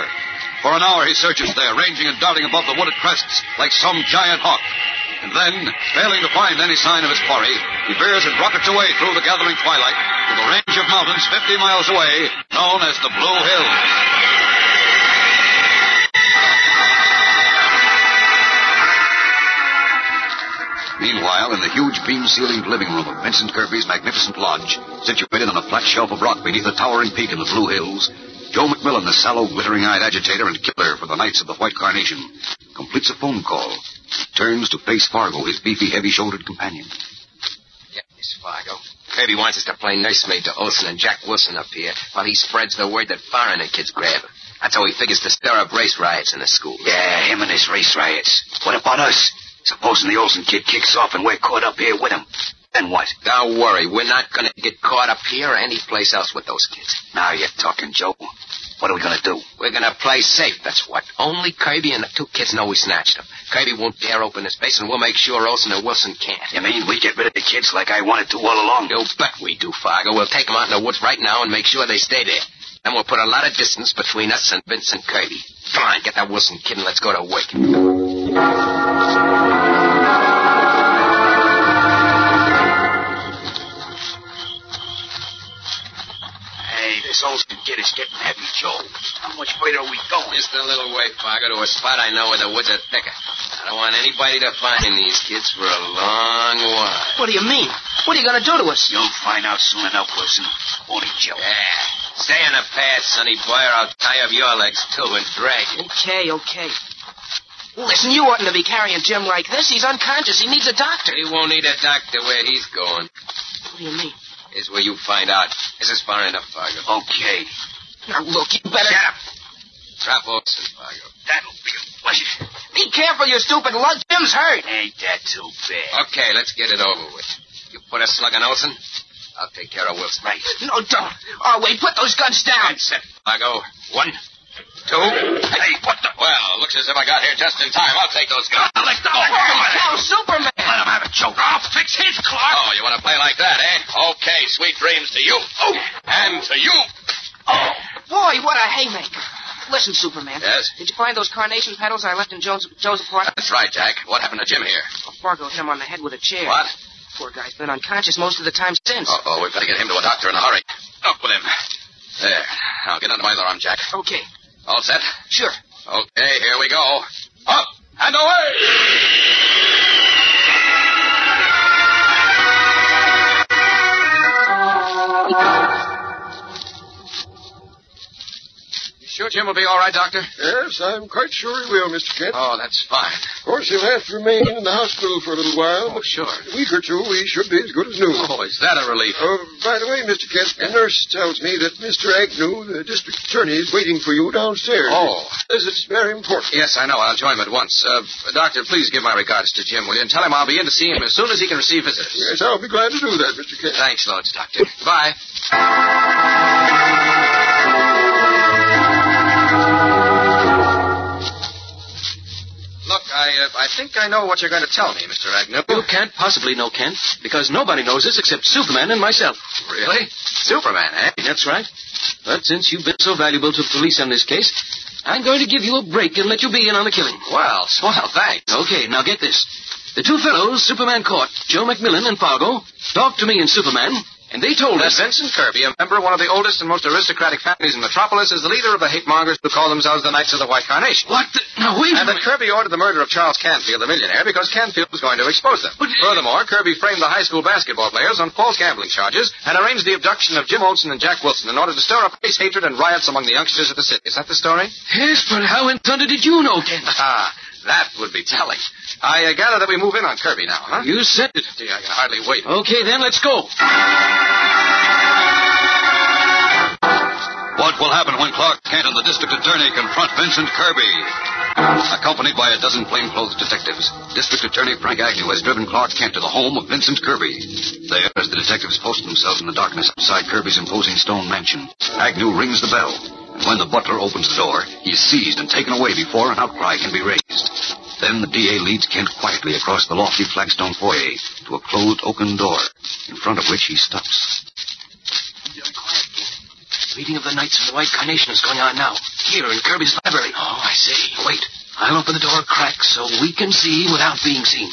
For an hour he searches there, ranging and darting above the wooded crests like some giant hawk. And then, failing to find any sign of his quarry, he veers and rockets away through the gathering twilight to the range of mountains 50 miles away, known as the Blue Hills. Meanwhile, in the huge beam ceilinged living room of Vincent Kirby's magnificent lodge, situated on a flat shelf of rock beneath a towering peak in the Blue Hills, Joe McMillan, the sallow, glittering eyed agitator and killer for the Knights of the White Carnation, completes a phone call, turns to face Fargo, his beefy, heavy shouldered companion.
Yeah, Miss Fargo. Kirby wants us to play nursemaid to Olson and Jack Wilson up here while he spreads the word that foreign and kids grab. That's how he figures to stir up race riots in the school.
Yeah, him and his race riots. What about us? Supposing the Olsen kid kicks off and we're caught up here with him. Then what?
Don't worry, we're not going to get caught up here or anyplace else with those kids.
Now you're talking, Joe. What are we going to do?
We're going to play safe, that's what. Only Kirby and the two kids know we snatched them. Kirby won't dare open his face, and we'll make sure Olson and Wilson can't.
You mean we get rid of the kids like I wanted to all along?
You bet we do, Fargo. We'll take 'em out in the woods right now and make sure they stay there. Then we'll put a lot of distance between us and Vincent Kirby. Come on, get that Wilson kid and let's go to work.
Hey, this Olsen kid is getting heavy, Joe. How much further are we going?
Just a little way, Fargo, to a spot I know where the woods are thicker. I don't want anybody to find these kids for a long while.
What do you mean? What are you going to do to us?
You'll find out soon enough, Wilson. Only Joe.
Yeah. Stay on the path, sonny boy, or I'll tie up your legs, too, and drag you.
Okay, okay. Listen, you oughtn't to be carrying Jim like this. He's unconscious. He needs a doctor.
He won't need a doctor where he's going.
What do you mean?
Is where you find out. This is far enough, Fargo.
Okay.
Now, look, you better.
Shut up.
Drop Olson, Fargo.
That'll be a pleasure.
Be careful, you stupid lug. Jim's hurt.
Ain't that too bad?
Okay, let's get it over with. You put a slug on Olson, I'll take care of Wilson.
Right.
No, don't. Oh, wait, put those guns down.
That's it, Fargo. One, two. Hey, what the?
uh,
Well, looks as if I got here just in time. I'll take those guns.
Let go.
Oh, Superman.
Let him have it, Joe. I'll fix his Clark.
Oh, you want to play like that, eh? Okay, sweet dreams to you. Oh, and to you. Oh.
Boy, what a haymaker. Listen, Superman.
Yes?
Did you find those carnation petals I left in Jones, Joe's apartment?
That's right, Jack. What happened to Jim here?
Well, Fargo hit him on the head with a chair.
What?
Poor guy's been unconscious most of the time since.
Uh oh, we've got to get him to a doctor in a hurry.
Up with him. There. Now get under my other arm, Jack.
Okay.
All set? Sure. Okay, here we go. Up and away! You sure Jim will be all right, Doctor?
Yes, I'm quite sure he will, Mr. Kent.
Oh, that's fine.
Of course, he'll have to remain in the hospital for a little while.
Oh, sure.
A week or two, he should be as good as new.
Oh, is that a relief?
Uh, by the way, Mr. Kent, the nurse tells me that Mr. Agnew, the district attorney, is waiting for you downstairs.
Oh.
This is very important.
Yes, I know. I'll join him at once. Uh, doctor, please give my regards to Jim, will you? And tell him I'll be in to see him as soon as he can receive visitors.
Yes, I'll be glad to do that, Mr. Kent.
Thanks, loads, Doctor. Bye. Look, I, uh, I think I know what you're going to tell me, Mr. Agnew.
You can't possibly know, Kent, because nobody knows this except Superman and myself.
Really? Superman, eh?
That's right. But since you've been so valuable to the police on this case, I'm going to give you a break and let you be in on the killing.
Well, swell, thanks.
Okay, now get this. The two fellows Superman caught, Joe McMillan and Fargo, talked to me and Superman, and they told
That
us...
Vincent Kirby, a member of one of the oldest and most aristocratic families in Metropolis, is the leader of the hate mongers who call themselves the Knights of the White Carnation.
What the... Now, wait a
And that
minute.
Kirby ordered the murder of Charles Canfield, the millionaire, because Canfield was going to expose them. Furthermore, Kirby framed the high school basketball players on false gambling charges and arranged the abduction of Jim Olson and Jack Wilson in order to stir up race hatred and riots among the youngsters of the city. Is that the story?
Yes, but how in thunder did you know, Kent?
Ah, that would be telling. I uh, gather that we move in on Kirby now, huh?
You said it.
Gee, I can hardly wait.
Okay, then, let's go.
What will happen when Clark Kent and the district attorney confront Vincent Kirby?
Accompanied by a dozen plainclothes detectives, District Attorney Frank Agnew has driven Clark Kent to the home of Vincent Kirby. There, as the detectives post themselves in the darkness outside Kirby's imposing stone mansion, Agnew rings the bell. And when the butler opens the door, he is seized and taken away before an outcry can be raised. Then the DA leads Kent quietly across the lofty flagstone foyer to a closed oaken door, in front of which he stops.
Meeting of the Knights of the White Carnation is going on now. Here in Kirby's library. Oh, I see. Wait. I'll open the door a crack so we can see without being seen.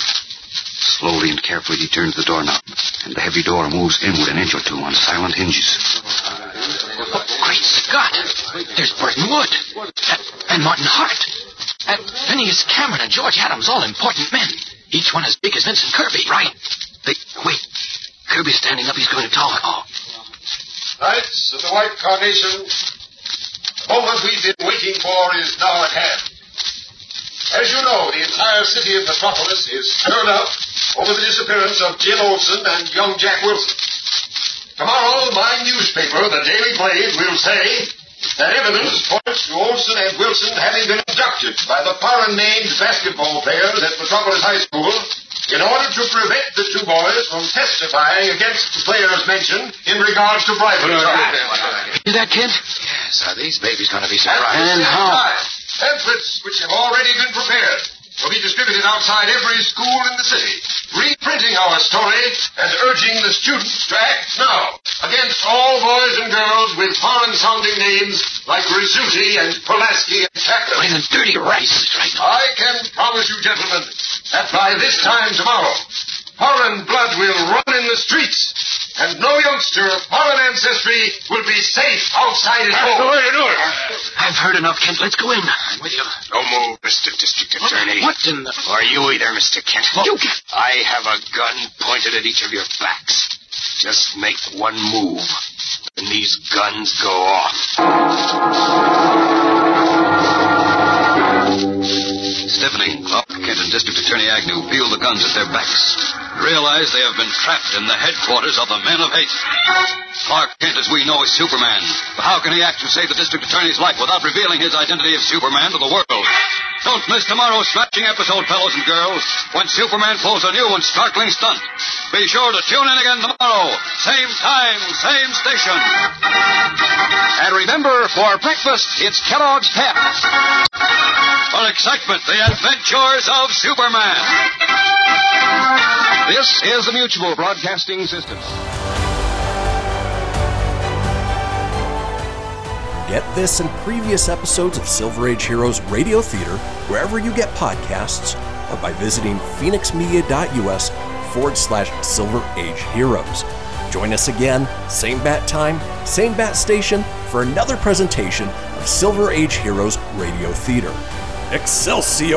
Slowly and carefully, he turns the doorknob, and the heavy door moves inward an inch or two on silent hinges.
Oh, great Scott! There's Burton Wood. And- And Martin Hart. And Phineas Cameron and George Adams, all important men. Each one as big as Vincent Kirby. Right. They, wait. Kirby's standing up. He's going to talk. Oh,
Knights of the White Carnation, the moment we've been waiting for is now at hand. As you know, the entire city of Metropolis is stirred up over the disappearance of Jim Olson and young Jack Wilson. Tomorrow, my newspaper, the Daily Blaze, will say that evidence points to Olson and Wilson having been abducted by the foreign named basketball players at Metropolis High School in order to prevent the two boys from testifying against the players mentioned in regards to bribery.
hear that, Kent?
Yes, are these babies going to be surprised?
And how?
Pamphlets which have already been prepared will be distributed outside every school in the city, reprinting our story and urging the students to act now against all boys and girls with foreign-sounding names like Rizzuti and Pulaski and Chaplin.
Why, the dirty rats. That's right.
I can promise you, gentlemen, that by this time tomorrow, foreign blood will run in the streets, and no youngster of foreign ancestry will be safe outside his home.
I've heard enough, Kent. Let's go in. I'm with you.
Don't move, Mr. District Attorney.
What in the...
Or you either, Mr. Kent.
You can...
I have a gun pointed at each of your backs. Just make one move, and these guns go off.
Stephanie, Clark Kent, and District Attorney Agnew feel the guns at their backs. Realize they have been trapped in the headquarters of the Men of Hate. Clark Kent, as we know, is Superman. But how can he act to save the District Attorney's life without revealing his identity of Superman to the world? Don't miss tomorrow's smashing episode, fellows and girls, when Superman pulls a new and startling stunt. Be sure to tune in again tomorrow. Same time, same station. And remember, for breakfast, it's Kellogg's Pep for excitement, the adventures of Superman. This is the Mutual Broadcasting System.
Get this and previous episodes of Silver Age Heroes Radio Theater wherever you get podcasts or by visiting phoenixmedia.us forward slash Silver Age Heroes. Join us again, same bat time, same bat station, for another presentation of Silver Age Heroes Radio Theater. Excelsior!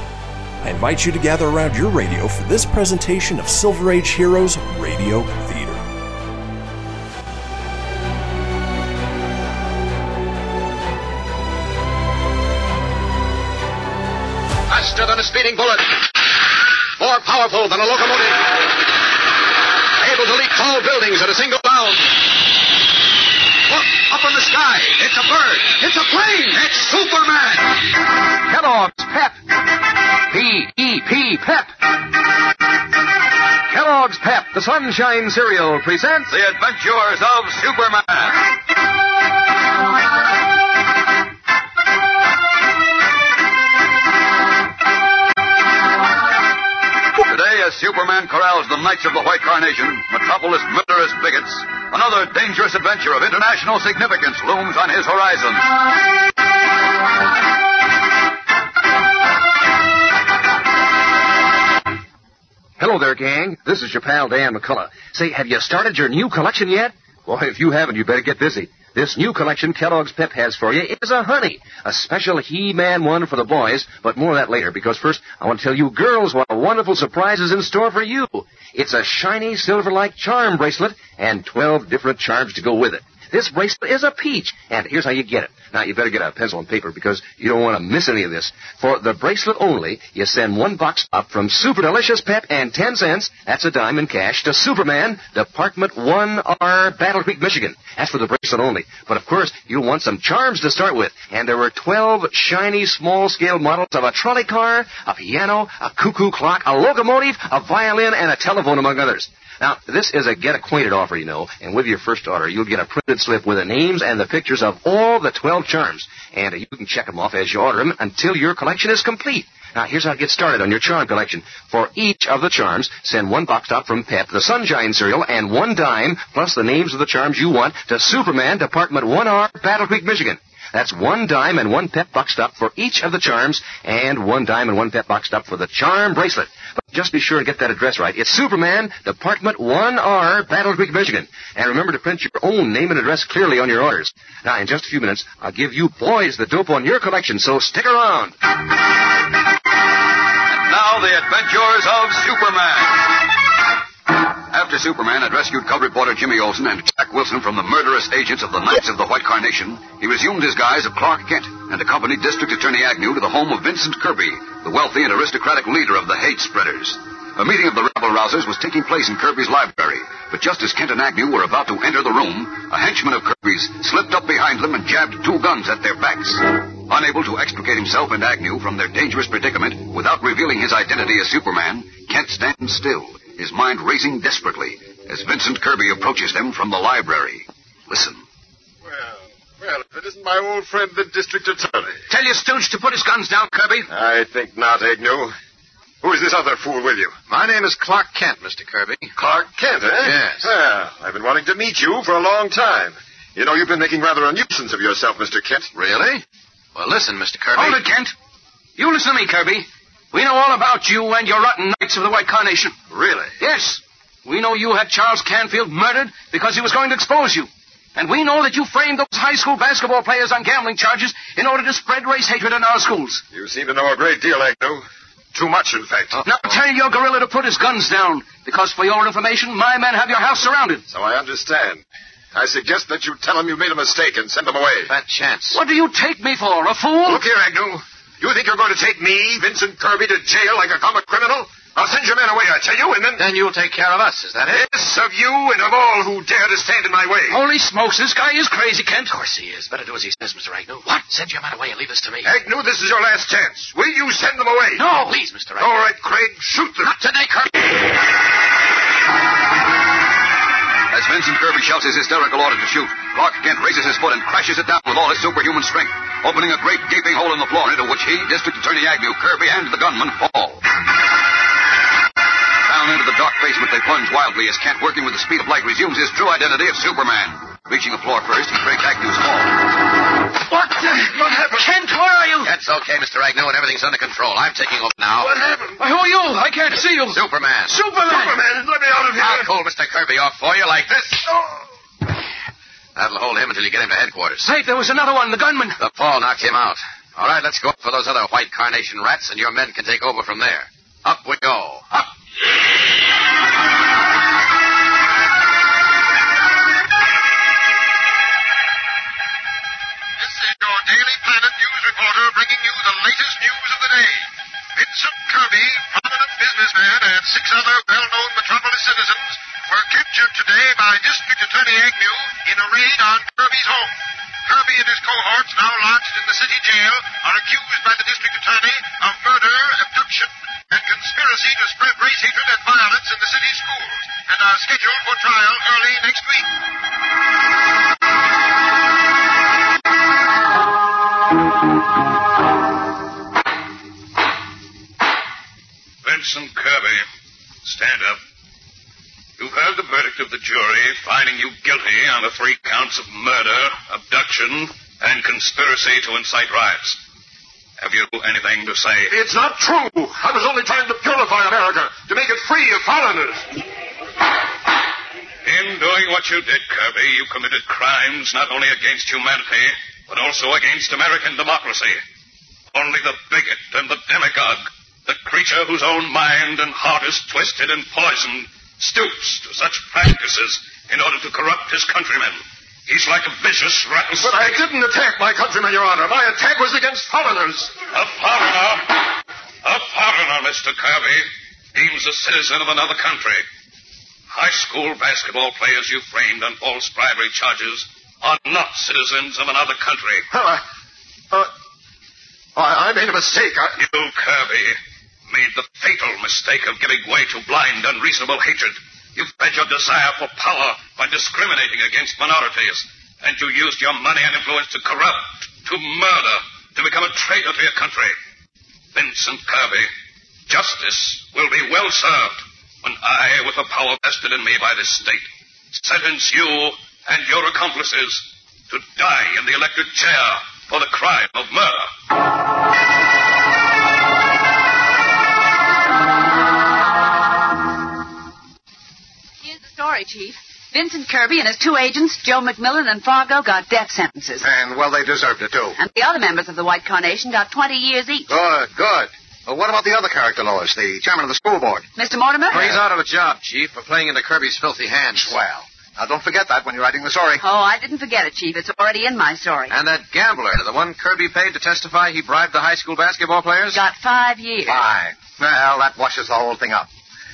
I invite you to gather around your radio for this presentation of Silver Age Heroes Radio Theater.
Faster than a speeding bullet. More powerful than a locomotive. Able to leap tall buildings at a single bound.
Look, up in the sky. It's a bird. It's a plane. It's Superman. Kellogg's Pep. P-E-P, Pep.
Kellogg's Pep, the Sunshine Cereal, presents
The Adventures of Superman. Today, as Superman corrals the Knights of the White Carnation, Metropolis murderous bigots, another dangerous adventure of international significance looms on his horizon.
Hello there, gang. This is your pal Dan McCullough. Say, have you started your new collection yet? Boy, if you haven't, you better get busy. This new collection Kellogg's Pep has for you is a honey, a special He-Man one for the boys, but more of that later, because first I want to tell you girls what a wonderful surprise is in store for you. It's a shiny silver-like charm bracelet and 12 different charms to go with it. This bracelet is a peach, and here's how you get it. Now, you better get a pencil and paper because you don't want to miss any of this. For the bracelet only, you send one box up from Super Delicious Pep and 10 cents, that's a dime in cash, to Superman, Department 1R, Battle Creek, Michigan. That's for the bracelet only. But of course, you'll want some charms to start with. And there were 12 shiny, small scale models of a trolley car, a piano, a cuckoo clock, a locomotive, a violin, and a telephone, among others. Now, this is a get acquainted offer, you know, and with your first order, you'll get a printed slip with the names and the pictures of all the 12 charms, and you can check them off as you order them until your collection is complete. Now, here's how to get started on your charm collection. For each of the charms, send one box top from Pep, the Sunshine cereal, and one dime, plus the names of the charms you want, to Superman, Department 1R, Battle Creek, Michigan. That's one dime and one pep box stop for each of the charms, and one dime and one pep box stop for the charm bracelet. But just be sure to get that address right. It's Superman, Department 1R, Battle Creek, Michigan. And remember to print your own name and address clearly on your orders. Now, in just a few minutes, I'll give you boys the dope on your collection, so stick around.
Now, The Adventures of Superman. After Superman had rescued cub reporter Jimmy Olsen and Jack Wilson from the murderous agents of the Knights of the White Carnation, he resumed his guise of Clark Kent and accompanied District Attorney Agnew to the home of Vincent Kirby, the wealthy and aristocratic leader of the hate spreaders. A meeting of the rabble rousers was taking place in Kirby's library, but just as Kent and Agnew were about to enter the room, a henchman of Kirby's slipped up behind them and jabbed two guns at their backs. Unable to extricate himself and Agnew from their dangerous predicament without revealing his identity as Superman, Kent stands still, his mind racing desperately as Vincent Kirby approaches them from the library. Listen.
Well, if it isn't my old friend, the district attorney.
Tell your stooge to put his guns down, Kirby.
I think not, Agnew. Who is this other fool with you?
My name is Clark Kent, Mr. Kirby.
Clark Kent, eh?
Yes.
Well, I've been wanting to meet you for a long time. You know, you've been making rather a nuisance of yourself, Mr. Kent.
Really? Well, listen, Mr. Kirby.
Hold
it, Kent. You listen to me, Kirby. We know all about you and your rotten Knights of the White Carnation.
Really?
Yes. We know you had Charles Canfield murdered because he was going to expose you. And we know that you framed those high school basketball players on gambling charges in order to spread race hatred in our schools.
You seem to know a great deal, Agnew. Too much, in fact.
Now tell your gorilla to put his guns down, because for your information, my men have your house surrounded.
So I understand. I suggest that you tell them you made a mistake and send them away.
Fat chance.
What do you take me for, a fool? Look here, Agnew. You think you're going to take me, Vincent Kirby, to jail like a common criminal? I'll send your men away, I tell you, and then...
Then you'll take care of us, is that it?
Yes, of you and of all who dare to stand in my way.
Holy smokes, this guy is crazy, Kent.
Of course he is. Better do as he says, Mr. Agnew. What? Send your man away and leave this to me.
Agnew, this is your last chance. Will you send them away?
No, please, Mr. Agnew.
All right, Craig, shoot them.
Not today, Kirby.
As Vincent Kirby shouts his hysterical order to shoot, Clark Kent raises his foot and crashes it down with all his superhuman strength, opening a great gaping hole in the floor into which he, District Attorney Agnew, Kirby, and the gunman fall. Down into the dark basement they plunge wildly as Kent, working with the speed of light, resumes his true identity of Superman. Reaching the floor first, he breaks Agnew's fall.
What the... What happened? Kent, where are you?
That's okay, Mr. Agnew, and everything's under control. I'm taking over now.
What happened? Why, who are you? I can't see you.
Superman.
Superman!
Superman, let me out of here.
I'll call Mr. Kirby off for you like this. That'll hold him until you get him to headquarters.
Say, there was another one, the gunman.
The fall knocked him out. All right, let's go up for those other white carnation rats, and your men can take over from there. Up we go. Up.
This is your Daily Planet news reporter bringing you the latest news of the day. Vincent Kirby, prominent businessman, and six other well-known metropolis citizens were captured today by District Attorney Agnew in a raid on Kirby's home. Kirby and his cohorts, now lodged in the city jail, are accused by the district attorney of murder, abduction, and conspiracy to spread race hatred and violence in the city's schools, and are scheduled for trial early next week. Vincent Kirby, stand up. You've heard the verdict of the jury finding you guilty on the three counts of murder, abduction, and conspiracy to incite riots. Have you anything to say?
It's not true. I was only trying to purify America, to make it free of foreigners.
In doing what you did, Kirby, you committed crimes not only against humanity, but also against American democracy. Only the bigot and the demagogue, the creature whose own mind and heart is twisted and poisoned, stoops to such practices in order to corrupt his countrymen. He's like a vicious rattlesnake.
But I didn't attack my countrymen, Your Honor. My attack was against foreigners.
A foreigner, a foreigner, Mr. Kirby, means a citizen of another country. High school basketball players you framed on false bribery charges are not citizens of another country.
Well, I, uh, I, I made a mistake. I...
You, Kirby, made the fatal mistake of giving way to blind, unreasonable hatred. You fed your desire for power by discriminating against minorities, and you used your money and influence to corrupt, to murder, to become a traitor to your country. Vincent Kirby, justice will be well served when I, with the power vested in me by this state, sentence you and your accomplices to die in the electric chair for the crime of murder.
Here's the story, Chief. Vincent Kirby and his two agents, Joe McMillan and Fargo, got death sentences.
And, well, they deserved it, too.
And the other members of the White Carnation got 20 years each.
Good, good. Well, what about the other character, Lois, the chairman of the school board?
Mr. Mortimer?
Well, he's out of a job, Chief, for playing into Kirby's filthy hands. Well, now, don't forget that when you're writing the story.
Oh, I didn't forget it, Chief. It's already in my story.
And that gambler, the one Kirby paid to testify he bribed the high school basketball players?
Got five years.
Fine. Well, that washes the whole thing up.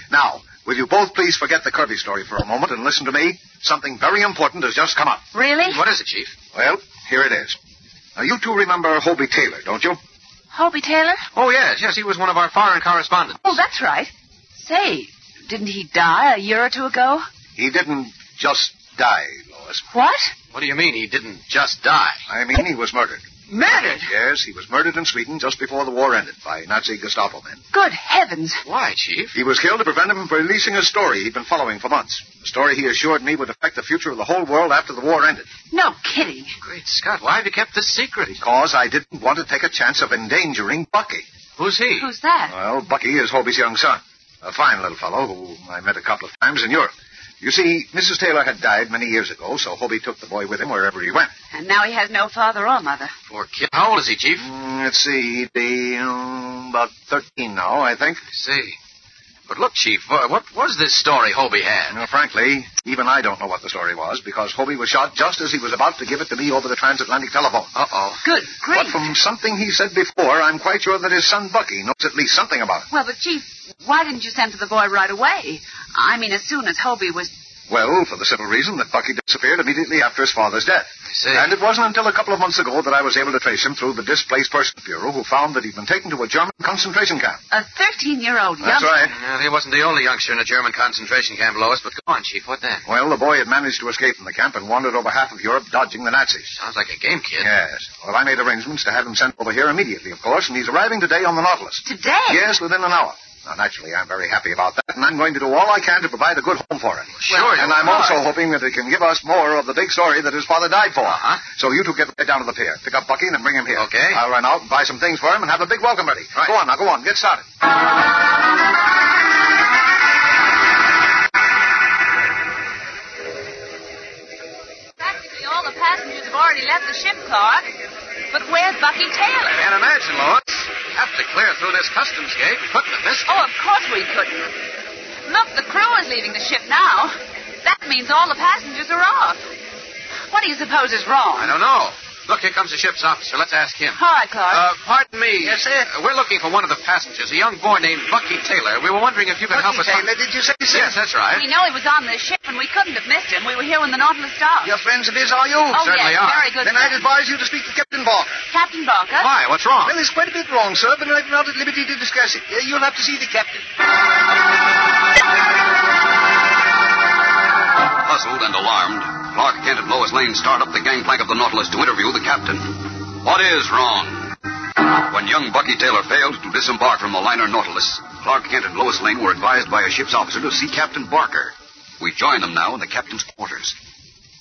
Now, will you both please forget the Kirby story for a moment and listen to me? Something very important has just come up.
Really?
What is it, Chief? Well, here it is. Now, you two remember Hobie Taylor, don't you?
Hobie Taylor?
Oh, yes, yes. He was one of our foreign correspondents.
Oh, that's right. Say, didn't he die a year or two ago?
He didn't just die, Lois.
What?
What do you mean he didn't just die? I mean he was murdered.
Murdered?
Yes, he was murdered in Sweden just before the war ended by Nazi Gestapo men.
Good heavens.
Why, Chief? He was killed to prevent him from releasing a story he'd been following for months. A story he assured me would affect the future of the whole world after the war ended.
No kidding.
Great Scott, why have you kept this secret? Because I didn't want to take a chance of endangering Bucky. Who's he?
Who's that?
Well, Bucky is Hobie's young son. A fine little fellow who I met a couple of times in Europe. You see, Mrs. Taylor had died many years ago, so Hobie took the boy with him wherever he went.
And now he has no father or mother.
Poor kid. How old is he, Chief? Mm, let's see. He'd be um, about 13 now, I think. I see.
But look, Chief, uh, what was this story Hobie had?
Well, frankly, even I don't know what the story was because Hobie was shot just as he was about to give it to me over the transatlantic telephone.
Uh oh.
Good grief.
But from something he said before, I'm quite sure that his son Bucky knows at least something about it.
Well, but Chief, why didn't you send for the boy right away? I mean, as soon as Hobie was.
Well, for the simple reason that Bucky disappeared immediately after his father's death. I
see.
And it wasn't until a couple of months ago that I was able to trace him through the Displaced Persons Bureau, who found that he'd been taken to a German concentration camp.
A 13 year old young.
That's right.
Well, he wasn't the only youngster in a German concentration camp, Lois, but go on, Chief, what then?
Well, the boy had managed to escape from the camp and wandered over half of Europe, dodging the Nazis.
Sounds like a game kid.
Yes. Well, I made arrangements to have him sent over here immediately, of course, and he's arriving today on the Nautilus.
Today?
Yes, within an hour. Now, naturally, I'm very happy about that, and I'm going to do all I can to provide a good home for him.
Sure,
And
you
I'm
are.
also hoping that it can give us more of the big story that his father died for. Uh-huh. So you two get right down to the pier. Pick up Bucky and bring him here.
Okay.
I'll run out and buy some things for him and have a big welcome ready. Go on, now, go on. Get started.
Practically all the passengers have already left the ship, Clark. But where's Bucky Taylor?
Can't imagine, Lois. Have to clear through this customs gate and put in the biscuit.
Oh, of course we couldn't. Look, the crew is leaving the ship now. That means all the passengers are off. What do you suppose is wrong?
I don't know. Look, here comes the ship's officer. Let's ask him.
All right, Clark.
Uh, pardon me. Yes, sir. we're looking for one of the passengers, a young boy named Bucky Taylor. We were wondering if you could help us.
Taylor, did you say, sir?
Yes, that's right.
We know he was on the ship, and we couldn't have missed him. We were here when the Nautilus stopped.
You're friends of his, are you?
Oh,
certainly
yes,
are.
very good.
Then
friends.
I'd advise you to speak to Captain Barker.
Captain Barker.
Why? What's wrong?
Well, there's quite a bit wrong, sir, but I'm not at liberty to discuss it. Uh, You'll have to see the captain.
Puzzled and alarmed, Clark Kent and Lois Lane start up the gangplank of the Nautilus to interview the captain. What is wrong? When young Bucky Taylor failed to disembark from the liner Nautilus, Clark Kent and Lois Lane were advised by a ship's officer to see Captain Barker. We join them now in the captain's quarters.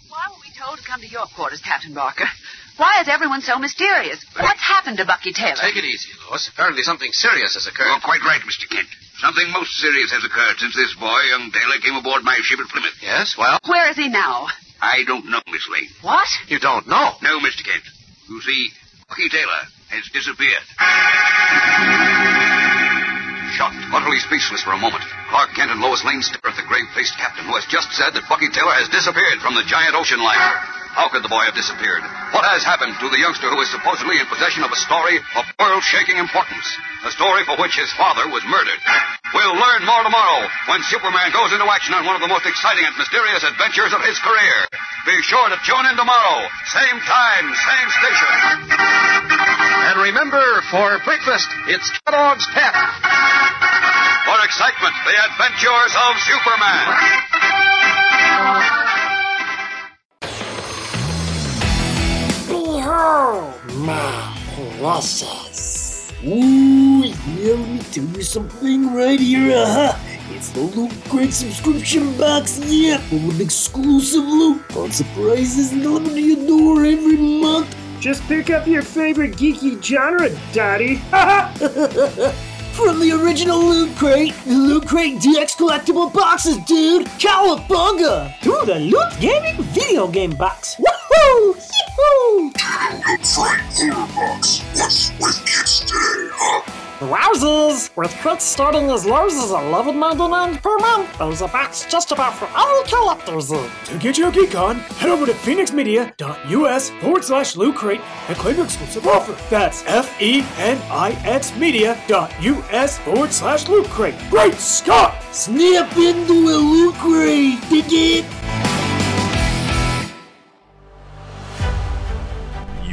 Why were we told to come to your quarters, Captain Barker? Why is everyone so mysterious? What's happened to Bucky Taylor?
Take it easy, Lois. Apparently something serious has occurred.
Oh,
You're quite right, Mr. Kent. Something most serious has occurred since this boy, young Taylor, came aboard my ship at Plymouth.
Yes, well?
Where is he now?
I don't know, Miss Lane.
What?
You don't know?
No, Mr. Kent. You see, Bucky Taylor has disappeared.
Shocked, utterly speechless for a moment, Clark Kent and Lois Lane stare at the grave faced captain who has just said that Bucky Taylor has disappeared from the giant ocean liner. How could the boy have disappeared? What has happened to the youngster who is supposedly in possession of a story of world shaking importance? A story for which his father was murdered. We'll learn more tomorrow when Superman goes into action on one of the most exciting and mysterious adventures of his career. Be sure to tune in tomorrow. Same time, same station.
And remember, for breakfast, it's Kellogg's Pep.
For excitement, the adventures of Superman.
Behold my process. Ooh, yeah, let me tell you something right here. Uh-huh. It's the Loot Crate subscription box, yeah, full of exclusive loot, fun surprises delivered to your door every month.
Just pick up your favorite geeky genre, Daddy.
From the original Loot Crate, the Loot Crate DX collectible boxes, dude! Cowabunga!
To the Loot Gaming video game box. Woohoo! Yee-hoo! Wowzers! With crits starting as low as 11.99 per month, there's a box just about for all collectors. To get your geek on, head over to phoenixmedia.us forward slash loot crate and claim your exclusive offer. That's E F-E-N-I-X media.us forward slash loot crate. Great Scott!
Snap into a Loot Crate, dig it?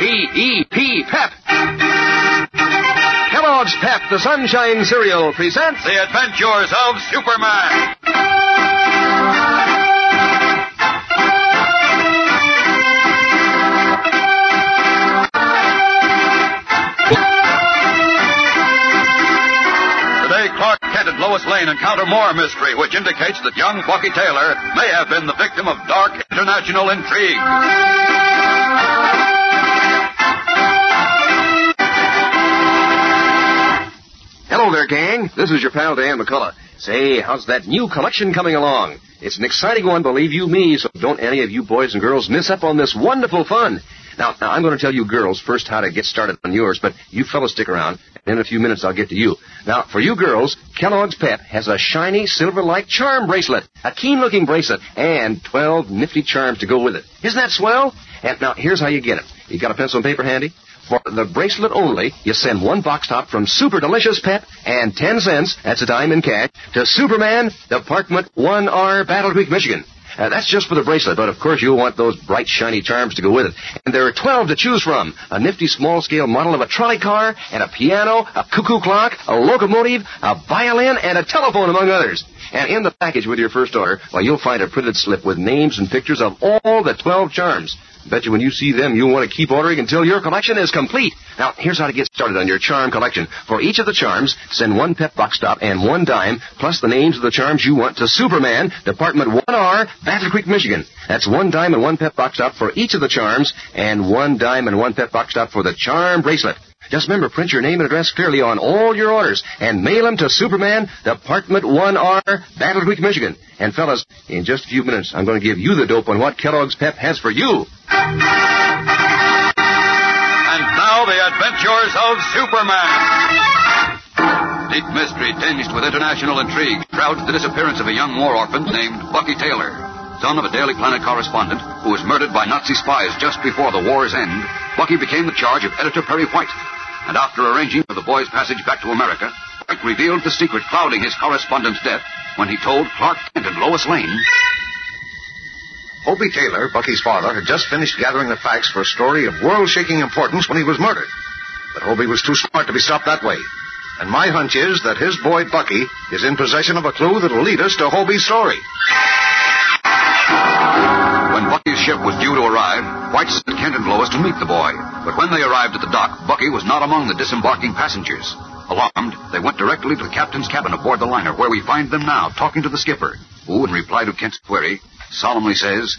P-E-P, Pep.
Kellogg's Pep, the Sunshine Cereal, presents The Adventures of Superman.
Today, Clark Kent and Lois Lois Lane encounter more mystery, which indicates that young Bucky Taylor may have been the victim of dark international intrigue.
Hello there, gang. This is your pal Dan McCullough. Say, how's that new collection coming along? It's an exciting one, believe you me, so don't any of you boys and girls miss up on this wonderful fun. Now, now I'm going to tell you girls first how to get started on yours, but you fellas stick around, and in a few minutes I'll get to you. Now, for you girls, Kellogg's Pet has a shiny silver-like charm bracelet, a keen-looking bracelet, and 12 nifty charms to go with it. Isn't that swell? And now here's how you get it. You got a pencil and paper handy? For the bracelet only, you send one box top from Super Delicious Pet and 10 cents, that's a dime in cash, to Superman, Department 1R, Battle Creek, Michigan. Uh, that's just for the bracelet, but of course you'll want those bright, shiny charms to go with it. And there are 12 to choose from. A nifty small-scale model of a trolley car, and a piano, a cuckoo clock, a locomotive, a violin, and a telephone, among others. And in the package with your first order, well, you'll find a printed slip with names and pictures of all the 12 charms. Bet you when you see them, you'll want to keep ordering until your collection is complete. Now, here's how to get started on your charm collection. For each of the charms, send one pep box stop and one dime, plus the names of the charms you want to Superman, Department 1R, Battle Creek, Michigan. That's one dime and one pep box stop for each of the charms, and one dime and one pep box stop for the charm bracelet. Just remember, print your name and address clearly on all your orders and mail them to Superman, Department 1R, Battle Creek, Michigan. And fellas, in just a few minutes, I'm going to give you the dope on what Kellogg's Pep has for you.
And now the adventures of Superman. Deep mystery tinged with international intrigue crowds the disappearance of a young war orphan named Bucky Taylor, son of a Daily Planet correspondent who was murdered by Nazi spies just before the war's end. Bucky became the charge of editor Perry White, and after arranging for the boy's passage back to America, White revealed the secret clouding his correspondent's death when he told Clark Kent and Lois Lane.
Opie Taylor, Bucky's father, had just finished gathering the facts for a story of world shaking importance when he was murdered. But Opie was too smart to be stopped that way. And my hunch is that his boy Bucky is in possession of a clue that'll lead us to Hobie's story.
When Bucky's ship was due to arrive, White sent Kent and Lois to meet the boy. But when they arrived at the dock, Bucky was not among the disembarking passengers. Alarmed, they went directly to the captain's cabin aboard the liner, where we find them now talking to the skipper, who, in reply to Kent's query, solemnly says,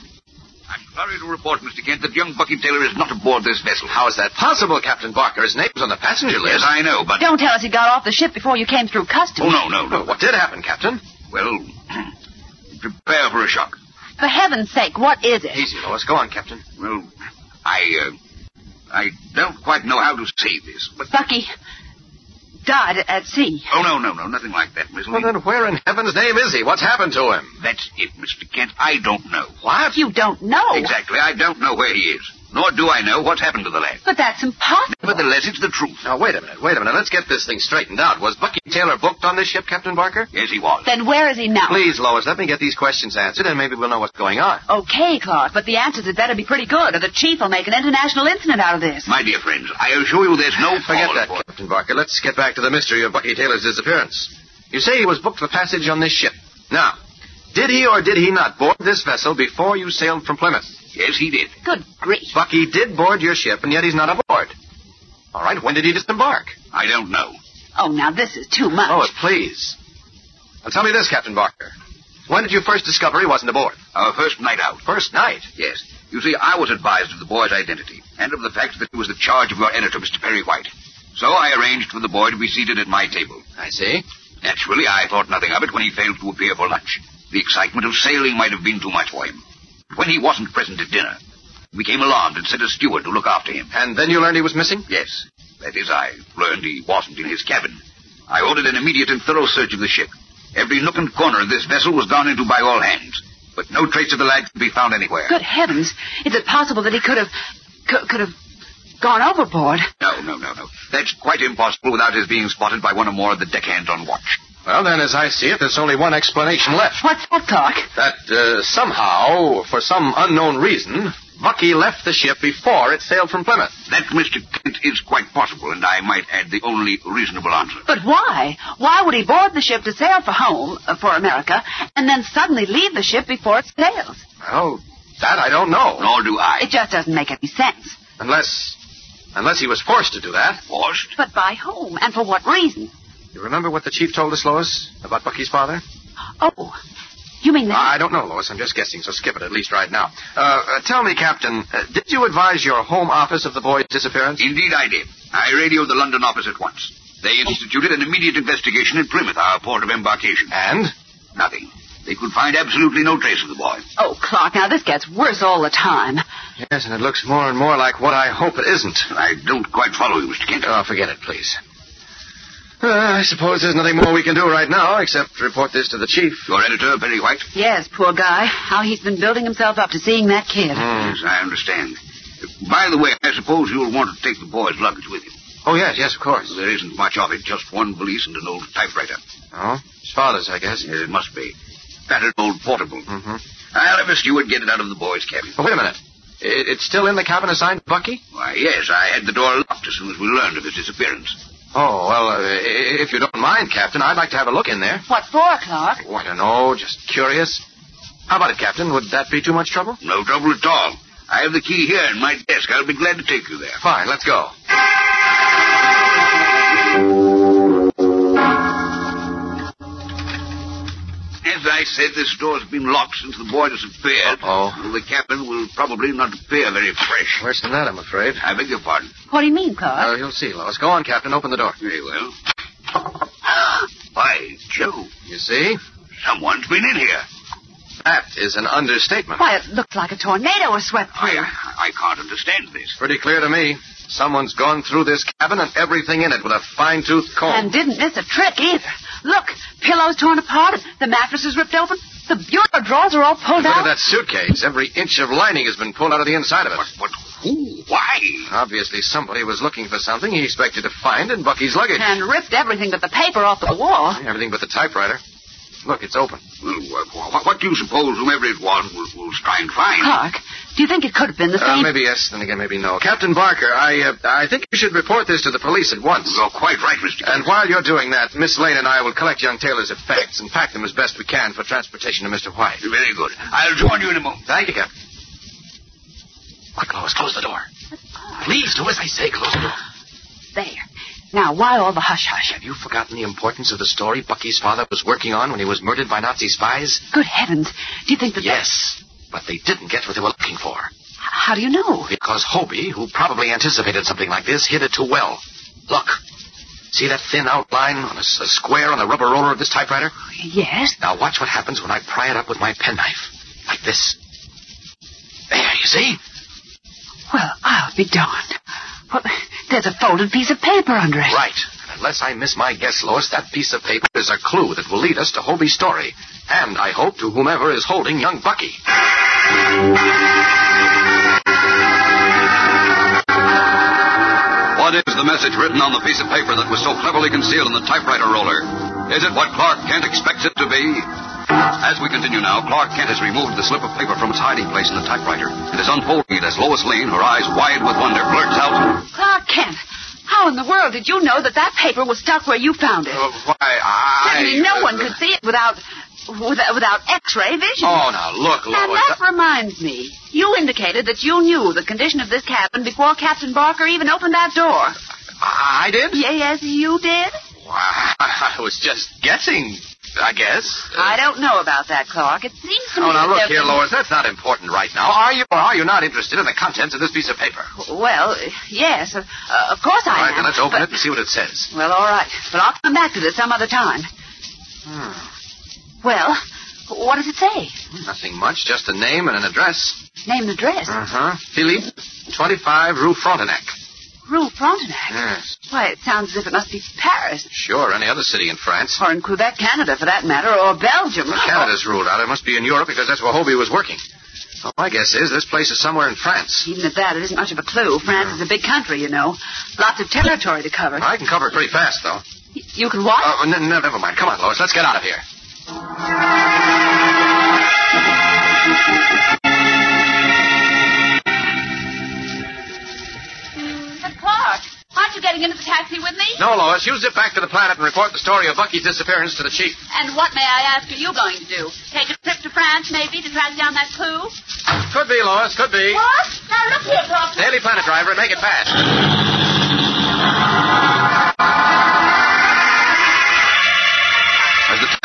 I'm sorry to report, Mr. Kent, that young Bucky Taylor is not aboard this vessel.
How is that possible, Captain Barker? His name's on the passenger
Yes,
list.
I know, but.
Don't tell us he got off the ship before you came through
Oh,
customs.
no, no, no.
What did happen, Captain?
Well, prepare for a shock.
For heaven's sake, what is it?
Easy, Lois. Go on, Captain.
Well, I, uh, I don't quite know how to say this, but.
Bucky died at sea.
Oh, no, no, no, nothing like that, Miss
Well,
Lane.
then where in heaven's name is he? What's happened to him?
That's it, Mr. Kent. I don't know.
What?
You don't know.
Exactly. I don't know where he is, nor do I know what's happened to the lad.
But that's impossible.
Nevertheless, it's the truth.
Now, wait a minute. Wait a minute. Let's get this thing straightened out. Was Bucky Taylor booked on this ship, Captain Barker?
Yes, he was.
Then where is he now?
Please, Lois, let me get these questions answered, and maybe we'll know what's going on.
Okay, Clark, but the answers had better be pretty good, or the chief will make an international incident out of this.
My dear friends, I assure you there's no
Forget
call
that,
for it.
Captain Barker. Let's get back to the mystery of Bucky Taylor's disappearance. You say he was booked for passage on this ship. Now, did he or did he not board this vessel before you sailed from Plymouth?
Yes, he did.
Good grief.
Bucky did board your ship, and yet he's not aboard. All right, when did he disembark?
I don't know.
Oh, now this is too much.
Oh, please. Now tell me this, Captain Barker. When did you first discover he wasn't aboard?
Our first night out.
First night?
Yes. You see, I was advised of the boy's identity and of the fact that he was the charge of your editor, Mr. Perry White. So I arranged for the boy to be seated at my table.
I see.
Naturally, I thought nothing of it when he failed to appear for lunch. The excitement of sailing might have been too much for him. But when he wasn't present at dinner, we became alarmed and sent a steward to look after him.
And then you learned he was missing?
Yes, that is, I learned he wasn't in his cabin. I ordered an immediate and thorough search of the ship. Every nook and corner of this vessel was gone into by all hands, but no trace of the lad could be found anywhere.
Good heavens. Is it possible that he could have. Could, could have gone overboard?
No, no, no, no. That's quite impossible without his being spotted by one or more of the deckhands on watch.
Well, then, as I see it, there's only one explanation left.
What's that, Clark?
That uh, somehow, for some unknown reason, Bucky left the ship before it sailed from Plymouth.
That, Mr. Kent, is quite possible, and I might add the only reasonable answer.
But why? Why would he board the ship to sail for home, uh, for America, and then suddenly leave the ship before it sails? Ah,
Well, that I don't know.
Nor do I.
It just doesn't make any sense.
Unless. Unless he was forced to do that.
Forced?
But by whom? And for what reason?
You remember what the chief told us, Lois, about Bucky's father?
Oh, you mean that?
I don't know, Lois. I'm just guessing, so skip it, at least right now. Uh, uh, tell me, Captain, uh, did you advise your home office of the boy's disappearance?
Indeed, I did. I radioed the London office at once. They instituted an immediate investigation in Plymouth, our port of embarkation.
And?
Nothing. They could find absolutely no trace of the boy.
Oh, Clark, now this gets worse all the time.
Yes, and it looks more and more like what I hope it isn't.
I don't quite follow you, Mr. Kent.
Oh, forget it, please. Uh, I suppose there's nothing more we can do right now except report this to the chief.
Your editor, Perry White?
Yes, poor guy. How he's been building himself up to seeing that kid.
Ah. Hmm.
Yes, I understand. By the way, I suppose you'll want to take the boy's luggage with you.
Oh, yes, yes, of course.
There isn't much of it, just one valise and an old typewriter.
Oh? His father's, I guess.
Yes, it must be. Battered old portable. Mm-hmm. I'll have a steward get it out of the boy's cabin.
Oh, wait a minute. It, it's still in the cabin assigned to Bucky?
Why, yes, I had the door locked as soon as we learned of his disappearance.
Oh, well, uh, i- if you don't mind, Captain, I'd like to have a look in there.
What for, Clark?
Oh, I don't know, just curious. How about it, Captain? Would that be too much trouble?
No trouble at all. I have the key here in my desk. I'll be glad to take you there.
Fine, let's go.
As I said, this door's been locked since the boy disappeared.
Oh.
The cabin will probably not appear very fresh.
Worse than that, I'm afraid.
I beg your pardon.
What do you mean, Clark?
Oh, you'll see, Lois. Go on, Captain. Open the door.
Very well. By Joe,
You see?
someone's been in here.
That is an understatement.
Why, it looked like a tornado has swept through.
I, I can't understand this.
Pretty clear to me. Someone's gone through this cabin and everything in it with a fine tooth comb.
And didn't miss a trick either. Look, pillows torn apart, the mattress is ripped open, the bureau drawers are all pulled
Look
out.
at that suitcase. Every inch of lining has been pulled out of the inside of it.
But who? Why?
Obviously, somebody was looking for something he expected to find in Bucky's luggage.
And ripped everything but the paper off the wall.
Everything but the typewriter. Look, it's open.
Well, wh- wh- what do you suppose whomever it was was, was trying to find?
Clark, do you think it could have been the
Uh,
same?
maybe yes, then again, maybe no. Captain Barker, I uh, I think you should report this to the police at once.
Oh,
You're quite right, Mr.
And while you're doing that, Miss Lane and I will collect young Taylor's effects and pack them as best we can for transportation to Mr. White.
Very good. I'll join you in a moment.
Thank you, Captain.
Quick, Lois, close the door. Please do as I say, close the door.
There. Now, why all the hush hush?
Have you forgotten the importance of the story Bucky's father was working on when he was murdered by Nazi spies?
Good heavens. Do you think that.
Yes, but they didn't get what they were looking for.
How do you know?
Because Hobie, who probably anticipated something like this, hid it too well. Look. See that thin outline on a, s- a square on the rubber roller of this typewriter?
Yes.
Now watch what happens when I pry it up with my penknife. Like this. There, you see?
Well, I'll be darned. Well, there's a folded piece of paper under it.
Right. Unless I miss my guess, Lois, that piece of paper is a clue that will lead us to Hobie's story. And, I hope, to whomever is holding young Bucky.
What is the message written on the piece of paper that was so cleverly concealed in the typewriter roller? Is it what Clark Kent expects it to be? As we continue now, Clark Kent has removed the slip of paper from its hiding place in the typewriter and is unfolding it as Lois Lane, her eyes wide with wonder, blurts out.
Clark Kent, how in the world did you know that that paper was stuck where you found it?
Why, I.
Certainly no one could see it without without, without X-ray vision.
Oh, now, look, Lois.
And that reminds me, you indicated that you knew the condition of this cabin before Captain Barker even opened that door.
I did?
Yeah, yes, you did.
I was just guessing, I guess.
I don't know about that, Clark. It seems to
Oh,
me.
now
that
look
there
here,
can-
Lois. That's not important right now. Are you or are you not interested in the contents of this piece of paper?
Well, yes, of, uh, of course
All
I
right, then
am.
let's open it
but-
and see what it says.
Well, all right. But I'll come back to this some other time. Hmm. Well, what does it say?
Nothing much, just a name and an address.
Name and address.
Uh huh. Philippe, 25 Rue Frontenac.
Rue Frontenac.
Yes.
Why, it sounds as if it must be Paris.
Sure, any other city in France.
Or in Quebec, Canada, for that matter, or Belgium. Oh.
Well, Canada's ruled out. It must be in Europe because that's where Hobie was working. Well, my guess is this place is somewhere in France.
Even at that, it isn't much of a clue. France is a big country, you know. Lots of territory to cover.
I can cover it pretty fast, though.
You can what?
Uh, n- n- never mind. Come on, Lois. Let's get out of here.
But Clark, aren't you getting into the taxi with me?
uh, No, Lois. You zip back to the planet and report the story of Bucky's disappearance to the chief.
And what, may I ask, are you going to do? Take a trip to France, maybe, to track down that clue?
Could be, Lois. Could be.
What? Now look here, Clark.
Daily Planet driver, make it fast.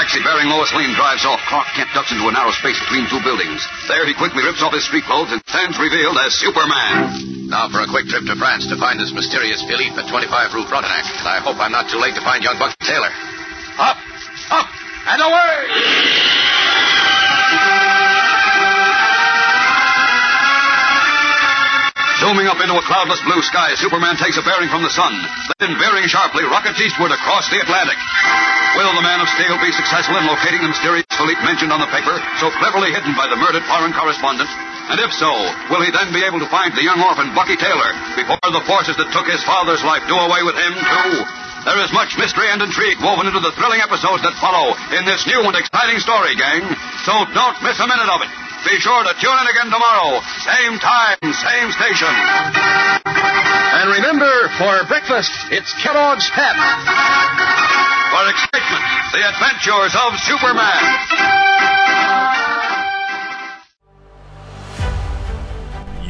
taxi bearing Lois Lane drives off. Clark Kent ducks into a narrow space between two buildings. There he quickly rips off his street clothes and stands revealed as Superman.
Now for a quick trip to France to find this mysterious Philippe at 25 Rue Frontenac. And I hope I'm not too late to find young Bucky Taylor. Up, up, and away!
Zooming up into a cloudless blue sky, Superman takes a bearing from the sun. Then, veering sharply, rockets eastward across the Atlantic. Will the man of steel be successful in locating the mysterious Philippe mentioned on the paper, so cleverly hidden by the murdered foreign correspondent? And if so, will he then be able to find the young orphan Bucky Taylor before the forces that took his father's life do away with him, too? There is much mystery and intrigue woven into the thrilling episodes that follow in this new and exciting story, gang. So don't miss a minute of it. Be sure to tune in again tomorrow. Same time, same station.
And remember, for breakfast, it's Kellogg's Pep.
For excitement, the adventures of Superman.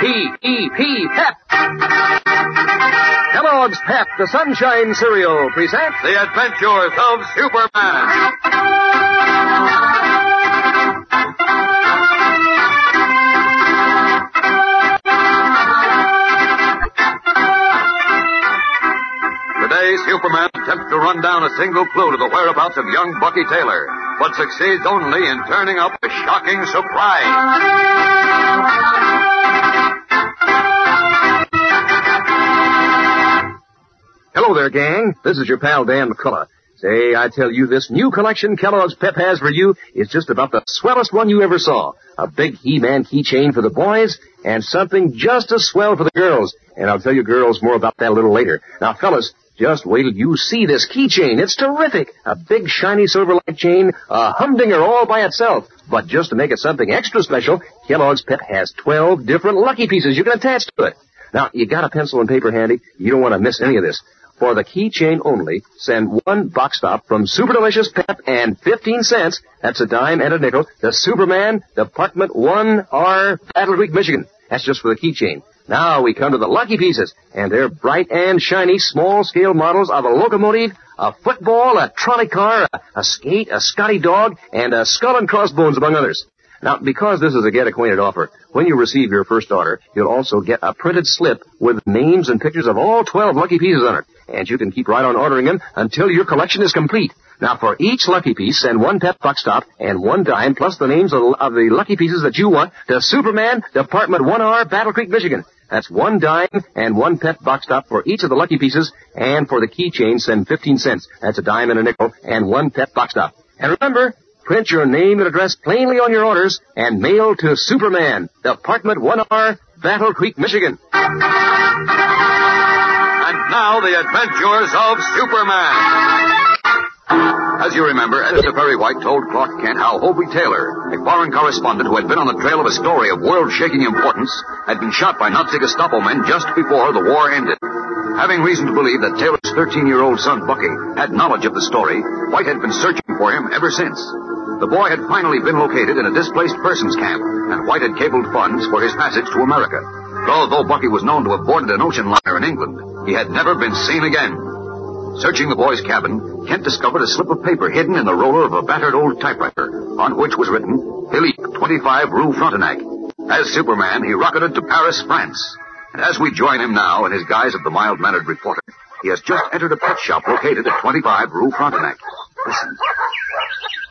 P-E-P, Pep.
Kellogg's Pep, the Sunshine Cereal, presents The Adventures of Superman.
Today, Superman attempts to run down a single clue to the whereabouts of young Bucky Taylor, but succeeds only in turning up a shocking surprise.
Hello there, gang. This is your pal Dan McCullough. Say, I tell you, this new collection Kellogg's Pep has for you is just about the swellest one you ever saw. A big He-Man keychain for the boys, and something just as swell for the girls. And I'll tell you girls more about that a little later. Now, fellas, just wait till you see this keychain. It's terrific. A big shiny silver light chain, a humdinger all by itself. But just to make it something extra special, Kellogg's Pep has 12 different lucky pieces you can attach to it. Now, you got a pencil and paper handy. You don't want to miss any of this. For the keychain only, send one box stop from Super Delicious Pep and 15 cents, that's a dime and a nickel, to Superman, Department 1R, Battle Creek, Michigan. That's just for the keychain. Now we come to the lucky pieces, and they're bright and shiny small-scale models of a locomotive, a football, a trolley car, a, a skate, a Scotty dog, and a skull and crossbones, among others. Now, because this is a get acquainted offer, when you receive your first order, you'll also get a printed slip with names and pictures of all 12 lucky pieces on it. And you can keep right on ordering them until your collection is complete. Now, for each lucky piece, send one pep buck stop and one dime plus the names of, of the lucky pieces that you want to Superman, Department 1R, Battle Creek, Michigan. That's one dime and one pep box stop for each of the lucky pieces, and for the keychain, send 15 cents. That's a dime and a nickel, and one pep box stop. And remember, Print your name and address plainly on your orders and mail to Superman, Department 1R, Battle Creek, Michigan.
And now, The Adventures of Superman. As you remember, Editor Perry White told Clark Kent how Hobie Taylor, a foreign correspondent who had been on the trail of a story of world-shaking importance, had been shot by Nazi Gestapo men just before the war ended. Having reason to believe that Taylor's 13-year-old son Bucky had knowledge of the story, White had been searching for him ever since. The boy had finally been located in a displaced persons camp, and White had cabled funds for his passage to America. But although Bucky was known to have boarded an ocean liner in England, he had never been seen again. Searching the boy's cabin, Kent discovered a slip of paper hidden in the roller of a battered old typewriter, on which was written, Philippe, 25 Rue Frontenac. As Superman, he rocketed to Paris, France. And as we join him now in his guise of the mild-mannered reporter, he has just entered a pet shop located at 25 Rue Frontenac. Listen.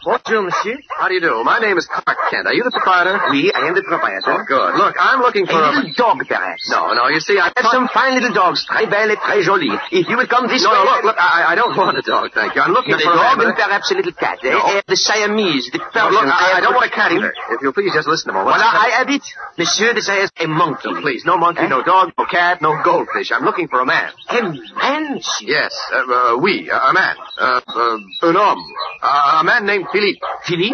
Bonjour, monsieur. How do you do? My name is Clark Kent. Are you the proprietor?
Oui, I am the proprietor.
Oh, good. Look, I'm looking for
a little dog, perhaps.
No, no, you see, I
have some fine little dogs, très belle et très jolie. If you will come this
No,
way...
no, look, look, I, I don't want a dog, thank you. I'm looking
Yes, a
for
dog
rabbit.
and perhaps a little cat. eh?
No.
I have the Siamese, the
No,
Persian.
look, I, I
have
don't
the-
want a cat either. If you'll please just listen a moment.
Well, I have it. Monsieur desires a monkey. Eh?
Please, no monkey, no dog, no cat, no goldfish. I'm looking for a man.
A man?
Yes, uh, uh, we, a man, uh, uh, un homme, uh,
a man named Philippe. Philippe?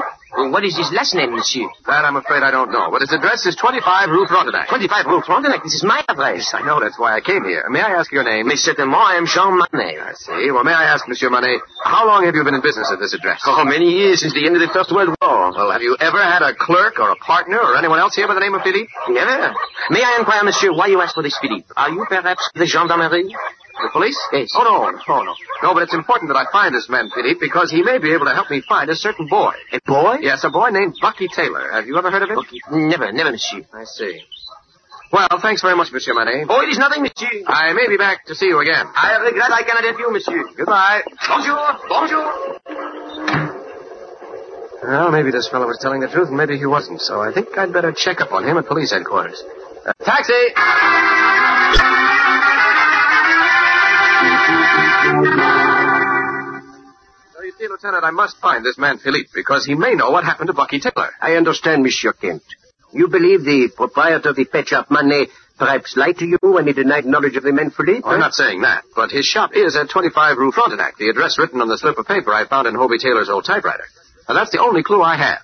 what is his last name, monsieur? That I'm afraid I don't know. But his address is 25 Rue Frontenac. 25 Rue Frontenac? This is my address. I know. That's why I came here. May I ask your name? Monsieur Demont, I am Jean Manet. I see. Well, may I ask, Monsieur Manet, how long have you been in business at this address? Oh, many years, since the end of the First World War. Well, have you ever had a clerk or a partner or anyone else here by the name of Philippe? Never. May I inquire, monsieur, why you ask for this Philippe? Are you perhaps the gendarmerie? The police? Yes. Oh, no. Oh, no. No, but it's important that I find this man, Philippe, because he may be able to help me find a certain boy. A boy? Yes, a boy named Bucky Taylor. Have you ever heard of him? Never, never, monsieur. I see. Well, thanks very much, Monsieur Manet.
Oh, it is nothing, monsieur.
I may be back to see you again.
I regret I cannot help you, monsieur.
Goodbye.
Bonjour. Bonjour.
Well, maybe this fellow was telling the truth, and maybe he wasn't, so I think I'd better check up on him at police headquarters. Uh, taxi! So you see, Lieutenant, I must find this man Philippe because he may know what happened to Bucky Taylor.
I understand, Monsieur Kent. You believe the proprietor of the pet shop Manet perhaps lied to you when he denied knowledge of the man Philippe?
I'm not saying that, but his shop is at 25 Rue Frontenac, the address written on the slip of paper I found in Hobie Taylor's old typewriter. Now, that's the only clue I have.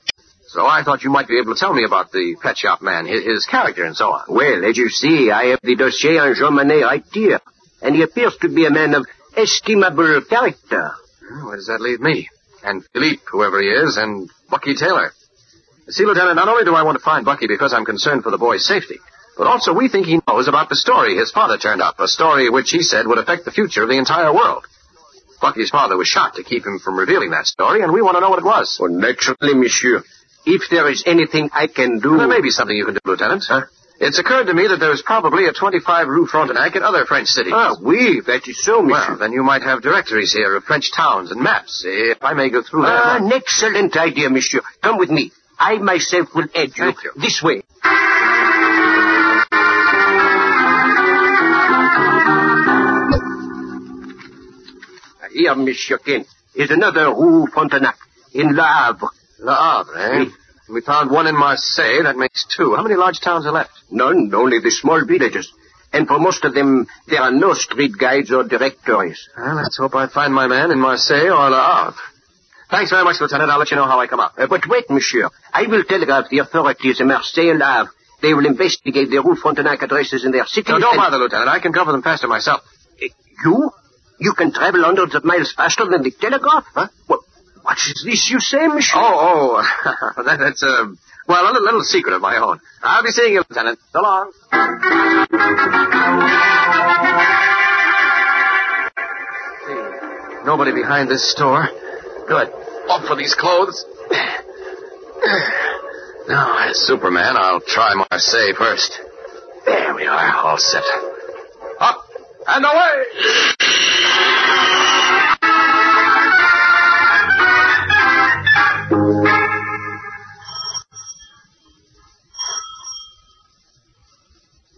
So I thought you might be able to tell me about the pet shop man, his, his character, and so on.
Well, as you see, I have the dossier on Jean Manet right here, and he appears to be a man of estimable character.
Where does that leave me? And Philippe, whoever he is, and Bucky Taylor. You See, Lieutenant, not only do I want to find Bucky because I'm concerned for the boy's safety, but also we think he knows about the story his father turned up, a story which he said would affect the future of the entire world. Bucky's father was shot to keep him from revealing that story, and we want to know what it was.
Well, Oh, naturally, monsieur. If there is anything I can do.
There may be something you can do, Lieutenant. Huh? It's occurred to me that there is probably a 25 Rue Frontenac in other French cities.
Ah, oui, that is so, monsieur.
Well, then you might have directories here of French towns and maps, if I may go through that.
Ah, an excellent idea, monsieur. Come with me. I myself will aid you.
Thank you.
This way. Ah, Here, Monsieur Kent, is another Rue Frontenac in Le Havre.
Le Havre, eh? We found one in Marseille. That makes two. How many large towns are left?
None, only the small villages. And for most of them, there are no street guides or directories.
Well, let's hope I find my man in Marseille or Le Havre. Thanks very much, Lieutenant. I'll let you know how I come up.
Uh, but wait, monsieur. I will telegraph the authorities in Marseille and Le Havre. They will investigate the Rue Frontenac addresses in their cities.
No, don't
and-
bother, Lieutenant. I can cover them faster myself.
You? You can travel hundreds of miles faster than the telegraph? Huh? What, what is this you say, monsieur?
Oh, oh. that, that's, uh, well, a little, little secret of my own. I'll be seeing you, Lieutenant. So long. Nobody behind this store. Good. Up for these clothes. Now, as Superman, I'll try Marseille first. There we are, all set. Up and away!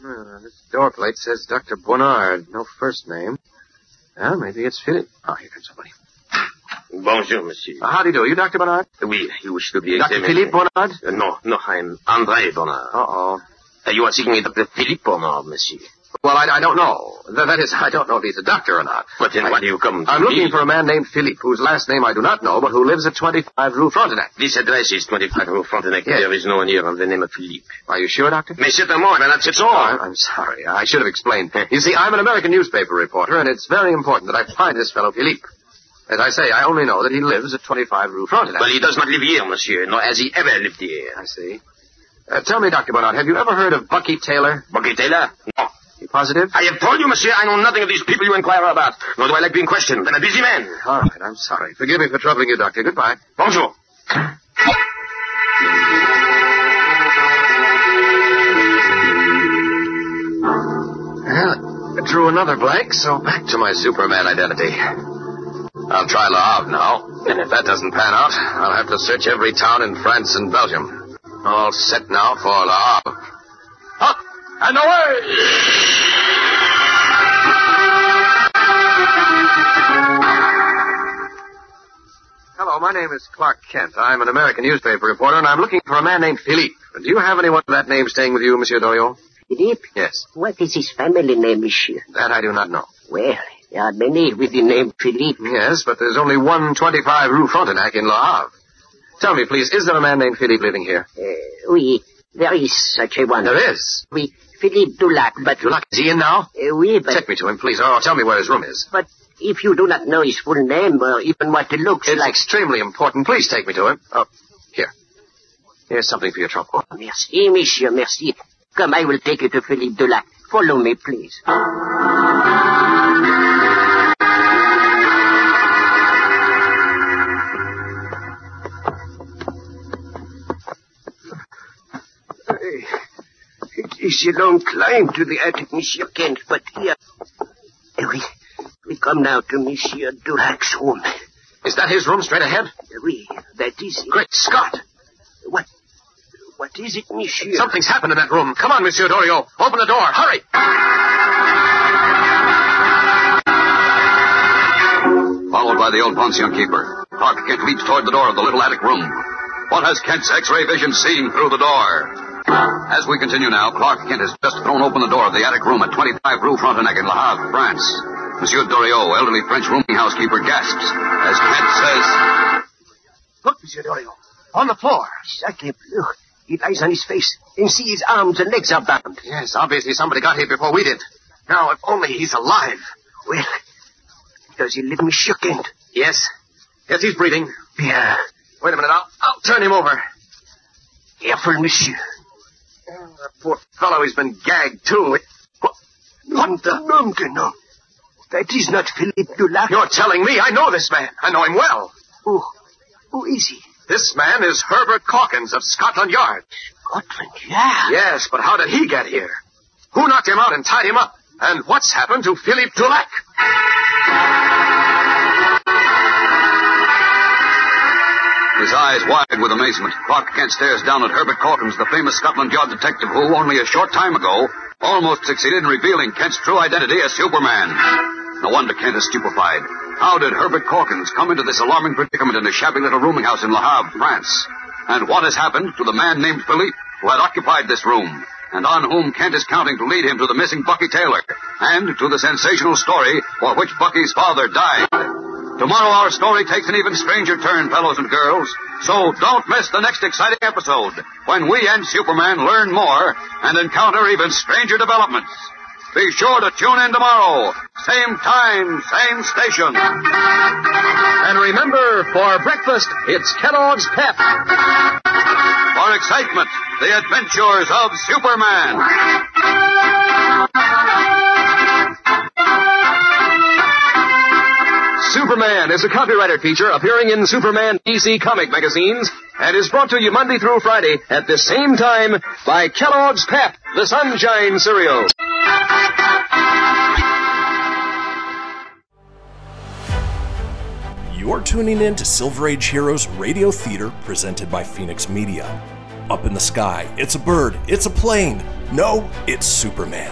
Uh, this door plate says Dr. Bonnard, no first name. Well, maybe it's Philip. Oh, here comes somebody.
Bonjour, monsieur.
Uh, how do you do? Are you Dr. Bonnard?
Oui, you wish to be
Dr.
examined.
Philippe Bonnard?
Uh, no, no, I'm André Bonnard.
Uh-oh.
Uh, you are seeking Dr. Philippe Bonnard, monsieur.
Well, I, I don't know. Th- that is, I don't know if he's a doctor or not.
But then
I-
why do you come to
I'm
me?
looking for a man named Philippe, whose last name I do not know, but who lives at 25 Rue Frontenac.
This address is 25 Rue Frontenac.
Yes.
There is no one here of the name of Philippe.
Are you sure, Doctor?
Monsieur Demont, and that's it
Oh,
all.
I'm, I'm sorry. I should have explained. You see, I'm an American newspaper reporter, and it's very important that I find this fellow Philippe. As I say, I only know that he lives at 25 Rue Frontenac.
Well, he does not live here, monsieur, nor has he ever lived here.
I see. Uh, tell me, Dr. Bonnard, have you ever heard of Bucky Taylor?
Bucky Taylor? No.
You positive?
I have told you, monsieur, I know nothing of these people you inquire about, nor do I like being questioned. I'm a busy man.
All right, Oh, I'm sorry. Forgive me for troubling you, Doctor. Goodbye.
Bonjour.
Well, I drew another blank, so back to my Superman identity. I'll try Le Havre now, and if that doesn't pan out, I'll have to search every town in France and Belgium. All set now for Le Havre. Up and away! Hello, my name is Clark Kent. I'm an American newspaper reporter, and I'm looking for a man named Philippe. Do you have anyone of that name staying with you, Monsieur Dorion?
Philippe,
Yes.
what is his family name, monsieur?
That I do not know.
Well, There are many with the name Philippe.
Yes, but there's only one 25 Rue Frontenac in La Havre. Tell me, please, is there a man named Philippe living here?
Eh, Oui, there is such a one.
There is?
Oui, Philippe Dulac, but...
Dulac, is he in now?
Uh, oui, but...
Take me to him, please, or tell me where his room is.
But if you do not know his full name or even what it looks
It's
like...
extremely important. Please take me to him. Oh, here. Here's something for your trouble.
Merci, monsieur, merci. Come, I will take you to Philippe Dulac. Follow me, please.
It is a long climb to the attic,
Monsieur Kent, but here... Eh, We, we come now to Monsieur Dulac's room. Eh
Is that his room straight ahead?
Oui, that is it.
Great Scott!
What? What is it, monsieur?
Something's happened in that room. Come on, Monsieur Doriot. Open the door. Hurry!
Followed by the old pension keeper, Clark Kent leaps toward the door of the little attic room. What has Kent's X-ray vision seen through the door? As we continue now, Clark Kent has just thrown open the door of the attic room at 25 Rue Frontenac in La Havre, France. Monsieur Doriot, elderly French rooming housekeeper, gasps as Kent says,
Look, Monsieur Doriot. On the floor. Sacre bleu. He lies on his face. And see his arms and legs are bound.
Yes, obviously somebody got here before we did. Now, if only he's alive.
Well, does he leave me shook Kent?
Yes. Yes, he's breathing.
Yeah.
Wait a minute. I'll, I'll turn him over.
Careful, monsieur.
That Uh, poor fellow, he's been gagged, too.
What the? No, no, no. That is not Philippe Dulac.
You're telling me I know this man. I know him well.
Who? Who is he?
This man is Herbert Calkins of Scotland Yard.
Scotland Yard?
Yes, but how did he get here? Who knocked him out and tied him up? And what's happened to Philippe Dulac?
His eyes wide with amazement, Clark Kent stares down at Herbert Calkins, the famous Scotland Yard detective who, only a short time ago, almost succeeded in revealing Kent's true identity as Superman. No wonder Kent is stupefied. How did Herbert Calkins come into this alarming predicament in a shabby little rooming house in La Havre, France? And what has happened to the man named Philippe, who had occupied this room, and on whom Kent is counting to lead him to the missing Bucky Taylor, and to the sensational story for which Bucky's father died? Tomorrow our story takes an even stranger turn, fellows and girls. So don't miss the next exciting episode when we and Superman learn more and encounter even stranger developments. Be sure to tune in tomorrow. Same time, same station.
And remember, for breakfast, it's Kellogg's Pep.
For excitement, the adventures of Superman.
Superman is a copyrighted feature appearing in Superman DC comic magazines and is brought to you Monday through Friday at the same time by Kellogg's Pep, the Sunshine Cereal.
You're tuning in to Silver Age Heroes Radio Theater presented by Phoenix Media. Up in the sky, it's a bird, it's a plane. No, it's Superman.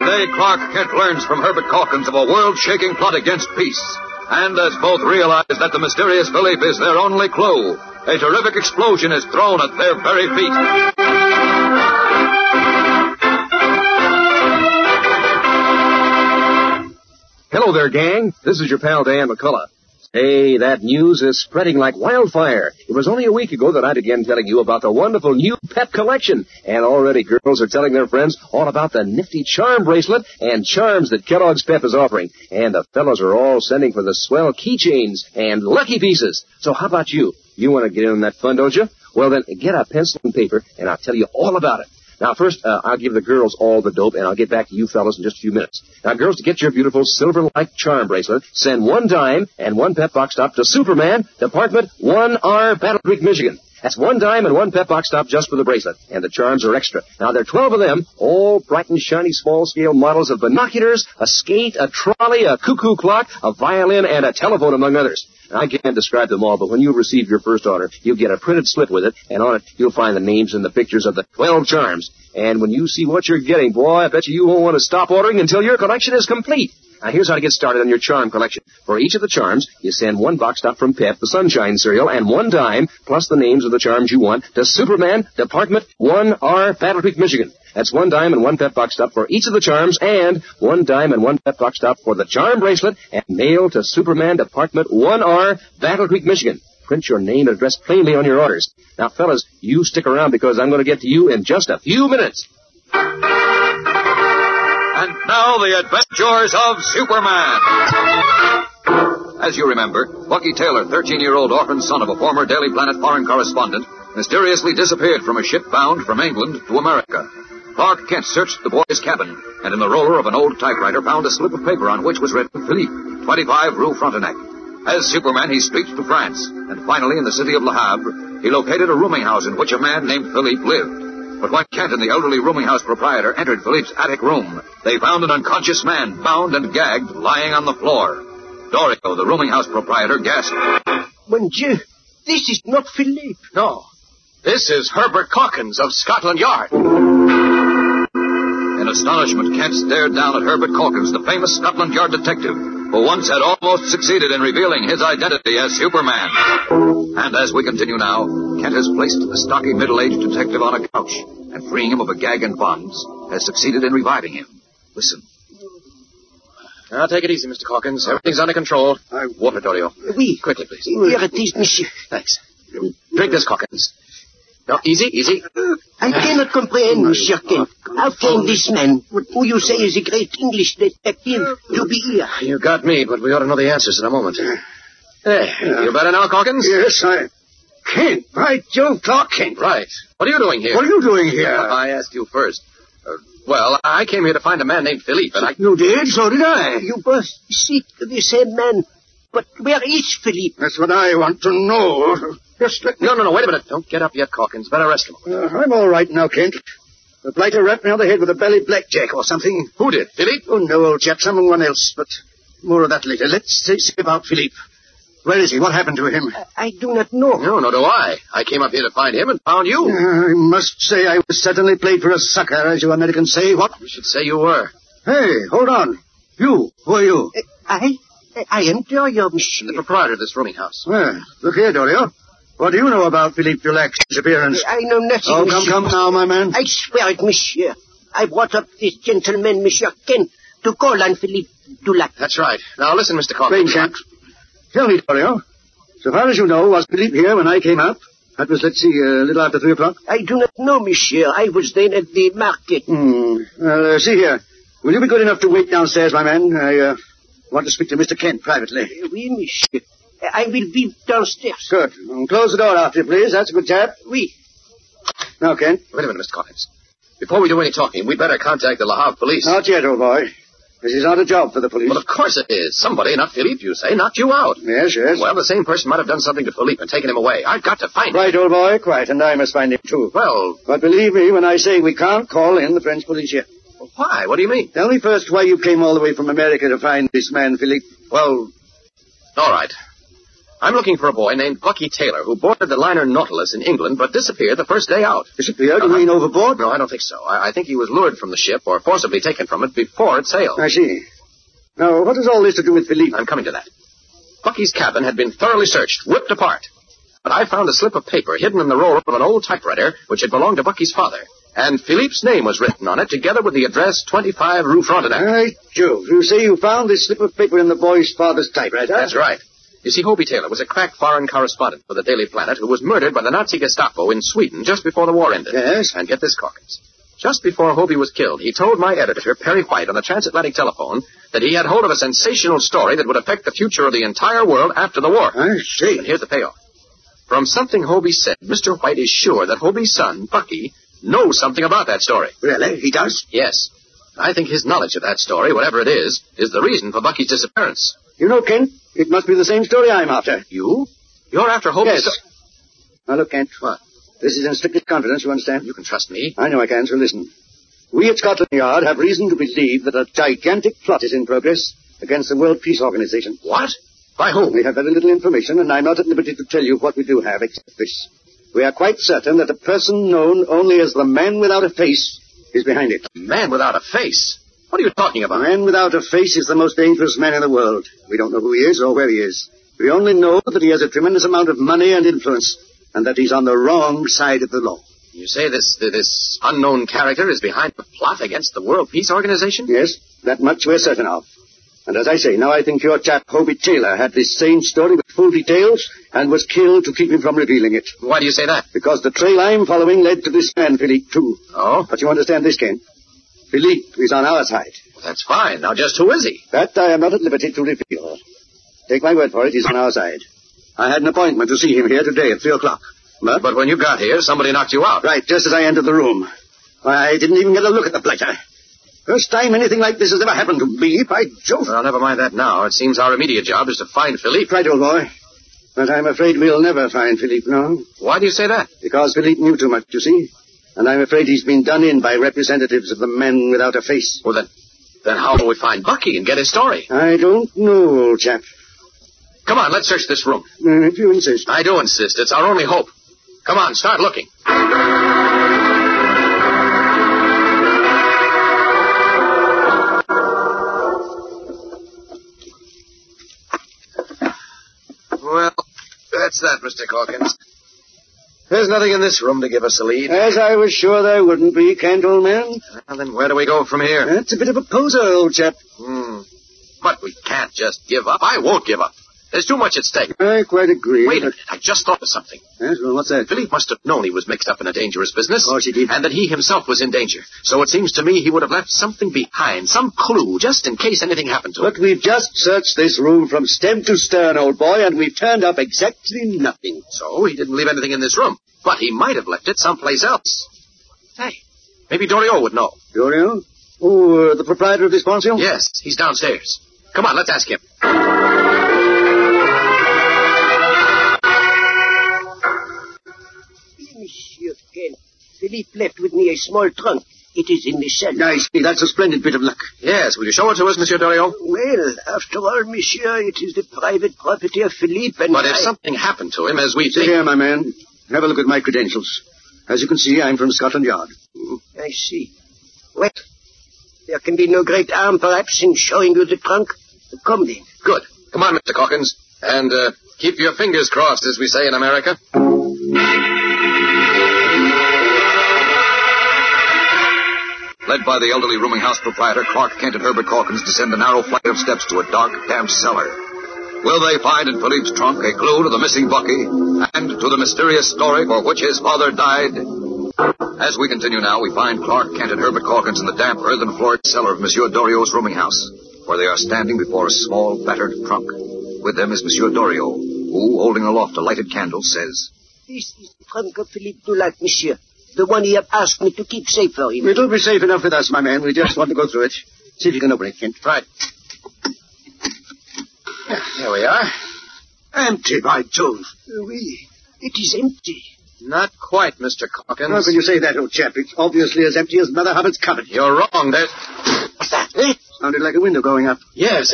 Today, Clark Kent learns from Herbert Calkins of a world shaking plot against peace. And as both realize that the mysterious Philippe is their only clue, a terrific explosion is thrown at their very feet.
Hello there, gang. This is your pal Dan McCullough. Hey, that news is spreading like wildfire. It was only a week ago that I began telling you about the wonderful new pet collection, and already girls are telling their friends all about the nifty charm bracelet and charms that Kellogg's Pep is offering. And the fellows are all sending for the swell keychains and lucky pieces. So how about you? You want to get in on that fun, don't you? Well then, get a pencil and paper, and I'll tell you all about it. Now, first, uh, I'll give the girls all the dope, and I'll get back to you fellas in just a few minutes. Now, girls, to get your beautiful silver-like charm bracelet, send one dime and one pep box stop to Superman, Department 1R, Battle Creek, Michigan. That's one dime and one pep box stop just for the bracelet, and the charms are extra. Now, there are 12 of them, all bright and shiny small-scale models of binoculars, a skate, a trolley, a cuckoo clock, a violin, and a telephone, among others. I can't describe them all, but when you receive your first order, you'll get a printed slip with it, and on it you'll find the names and the pictures of the 12 charms. And when you see what you're getting, boy, I bet you you won't want to stop ordering until your collection is complete. Now here's how to get started on your charm collection. For each of the charms, you send one box stop from Pep, the Sunshine cereal, and one dime, plus the names of the charms you want, to Superman, Department 1R, Battle Creek, Michigan. That's one dime and one pep box stop for each of the charms, and one dime and one pep box stop for the charm bracelet, and mail to Superman Department 1R, Battle Creek, Michigan. Print your name and address plainly on your orders. Now, fellas, you stick around because I'm going to get to you in just a few minutes.
And now the adventures of Superman. As you remember, Bucky Taylor, 13 year old orphan son of a former Daily Planet foreign correspondent, mysteriously disappeared from a ship bound from England to America. Clark Kent searched the boy's cabin and in the roller of an old typewriter found a slip of paper on which was written Philippe, 25 Rue Frontenac. As Superman, he streaked to France, and finally in the city of Le Havre, he located a rooming house in which a man named Philippe lived. But when Kent and the elderly rooming house proprietor entered Philippe's attic room, they found an unconscious man, bound and gagged, lying on the floor. Dorio, the rooming house proprietor, gasped.
Mon Dieu, this is not Philippe. No. This is Herbert Calkins of Scotland Yard.
In astonishment, Kent stared down at Herbert Calkins, the famous Scotland Yard detective, who once had almost succeeded in revealing his identity as Superman. And as we continue now, Kent has placed the stocky middle-aged detective on a couch, and freeing him of a gag and bonds, has succeeded in reviving him. Listen.
Now, take it easy, Mr. Calkins. Everything's under control. Water, Dorio.
Oui.
Quickly, please.
Here it is, monsieur.
Thanks. Drink this, Calkins. No, easy, easy.
I cannot
Oh
comprehend, Monsieur Kent. How can this man, who you say is a great English detective, to be here?
You got me, but we ought to know the answers in a moment. Hey, you better now, Calkins?
Uh, Yes, I. Kent, by Jove, Clark Kent.
Right. What are you doing here? Uh,
What are you doing here?
I asked you first. Uh, well, I came here to find a man named Philippe, and I...
You did, so did I.
You both seek the same man. But where is Philippe?
That's what I want to know. Just let me.
No, no, no, wait a minute. Don't get up yet, Calkins. Better rest a moment.
Uh, I'm all right now, Kent. The blighter rapped me on the head with a belly blackjack or something.
Who did? Philippe?
Oh, no, old chap. Someone else, but more of that later. Let's say see about Philippe. Where is he? What happened to him?
I do not know.
No, nor do I. I came up here to find him and found you.
Uh, I must say I was certainly played for a sucker, as you Americans say. What?
We should say you were.
Hey, hold on. You, who are you?
Uh, I? I am Dorio, monsieur.
The proprietor of this rooming house.
Well, Uh, look here, Dorio. What do you know about Philippe Dulac's disappearance?
I know nothing,
Oh, come,
monsieur.
come now, my man.
I swear it, monsieur. I brought up this gentleman, Monsieur Kent, to call on Philippe Dulac.
That's right. Now listen, Mr.
Wait,
Calkins.
Kent. Tell me, Dorio. So far as you know, was Philippe here when I came up? That was, let's see, uh, a little after three o'clock.
I do not know, monsieur. I was then at the market.
Hmm. Well, uh, see here. Will you be good enough to wait downstairs, my man? I uh, want to speak to Mr. Kent privately.
Oui, monsieur. I will be downstairs.
Good. Um, Close the door after you, please. That's a good chap.
Oui.
Now, Kent.
Wait a minute, Mr. Calkins. Before we do any talking, we'd better contact the La Havre police.
Not yet, old boy. This is not a job for the police.
Well, of course it is. Somebody, not Philippe, you say, knocked you out.
Yes, yes.
Well, the same person might have done something to Philippe and taken him away. I've got to find him.
Right, old boy, quite, and I must find him too.
Well,
But believe me when I say we can't call in the French police yet.
why? What do you mean?
Tell me first why you came all the way from America to find this man, Philippe.
Well, all right. I'm looking for a boy named Bucky Taylor who boarded the liner Nautilus in England but disappeared the first day out. Uh-huh.
Disappeared? You mean overboard?
No, I don't think so. I, I think he was lured from the ship or forcibly taken from it before it sailed.
I see. Now, what has all this to do with Philippe?
I'm coming to that. Bucky's cabin had been thoroughly searched, ripped apart. But I found a slip of paper hidden in the roll of an old typewriter which had belonged to Bucky's father. And Philippe's name was written on it, together with the address 25 Rue Frontenac.
Hey, Joe, you say you found this slip of paper in the boy's father's typewriter?
That's right. You see, Hobie Taylor was a crack foreign correspondent for the Daily Planet who was murdered by the Nazi Gestapo in Sweden just before the war ended.
Yes?
And get this, Calkins. Just before Hobie was killed, he told my editor, Perry White, on the Transatlantic Telephone, that he had hold of a sensational story that would affect the future of the entire world after the war.
I see.
And here's the payoff. From something Hobie said, Mr. White is sure that Hobie's son, Bucky, knows something about that story.
Really? He does?
Yes. I think his knowledge of that story, whatever it is, is the reason for Bucky's disappearance.
You know, Kent, it must be the same story I'm after.
You? You're after Hope.
Yes. Now, look, Kent. What? This is in strictest confidence, you understand?
You can trust me.
I know I can, so listen. We at Scotland Yard have reason to believe that a gigantic plot is in progress against the World Peace Organization.
What? By whom?
We have very little information, and I'm not at liberty to tell you what we do have, except this. We are quite certain that a person known only as the man without a face is behind it.
Man without a face? What are you talking about?
The man without a face is the most dangerous man in the world. We don't know who he is or where he is. We only know that he has a tremendous amount of money and influence, and that he's on the wrong side of the law.
You say this this unknown character is behind the plot against the World Peace Organization?
Yes, that much we're certain of. And as I say, now I think your chap, Hobie Taylor, had this same story with full details and was killed to keep him from revealing it.
Why do you say that?
Because the trail I'm following led to this man, Philippe, too.
Oh?
But you understand this, Ken. Philippe is on our side.
That's fine. Now, just who is he?
That I am not at liberty to reveal. Take my word for it, he's on our side. I had an appointment to see him here today at three o'clock.
But, but when you got here, somebody knocked you out.
Right, just as I entered the room. I didn't even get a look at the blighter. First time anything like this has ever happened to me, by Jove.
Well, never mind that now. It seems our immediate job is to find Philippe.
Right, old boy. But I'm afraid we'll never find Philippe now.
Why do you say that?
Because Philippe knew too much, you see. And I'm afraid he's been done in by representatives of the men without a face.
Well, then, then how will we find Bucky and get his story?
I don't know, old chap.
Come on, let's search this room.
Uh, if you insist.
I do insist. It's our only hope. Come on, start looking. Well, that's that, Mr. Calkins. There's nothing in this room to give us a lead.
As I was sure there wouldn't be, Kent, old man.
Well, then where do we go from here?
That's a bit of a poser, old chap.
Hmm. But we can't just give up. I won't give up. There's too much at stake.
I quite agree.
Wait a minute. I just thought of something.
Yes, well, what's that?
Philippe must have known he was mixed up in a dangerous business.
Of course he did.
And that he himself was in danger. So it seems to me he would have left something behind, some clue, just in case anything happened to him.
But we've just searched this room from stem to stern, old boy, and we've turned up exactly nothing.
So he didn't leave anything in this room. But he might have left it someplace else. Hey, maybe Doriot would know.
Doriot? Oh, uh, the proprietor of this pension?
Yes, he's downstairs. Come on, let's ask him.
Monsieur Kent. Philippe left with me a small trunk. It is in the cell.
I see. That's a splendid bit of luck.
Yes. Will you show it to us, Monsieur Doriot?
Well, after all, Monsieur, it is the private property of Philippe and
But if
I...
something happened to him, as we
Sit
think...
here, my man. Have a look at my credentials. As you can see, I'm from Scotland Yard.
I see. Well, there can be no great harm, perhaps, in showing you the trunk. Come then.
Good. Come on, Mr. Calkins. And uh, keep your fingers crossed, as we say in America.
Led by the elderly rooming house proprietor, Clark Kent and Herbert Calkins descend the narrow flight of steps to a dark, damp cellar. Will they find in Philippe's trunk a clue to the missing Bucky and to the mysterious story for which his father died? As we continue now, we find Clark Kent and Herbert Calkins in the damp, earthen-floored cellar of Monsieur Doriot's rooming house, where they are standing before a small, battered trunk. With them is Monsieur Doriot, who, holding aloft a lighted candle, says,
This is the trunk of Philippe Dulac, Monsieur. The one he have asked me to keep safe for him.
It'll be safe enough with us, my man. We just want to go through it. See if you can open it, Kent.
Right. Here we are.
Empty, by Jove.
Oui, it is empty.
Not quite, Mr. Calkins.
How can you say that, old chap? It's obviously as empty as Mother Hubbard's cupboard.
You're wrong. There's...
What's that? Eh?
Sounded like a window going up.
Yes.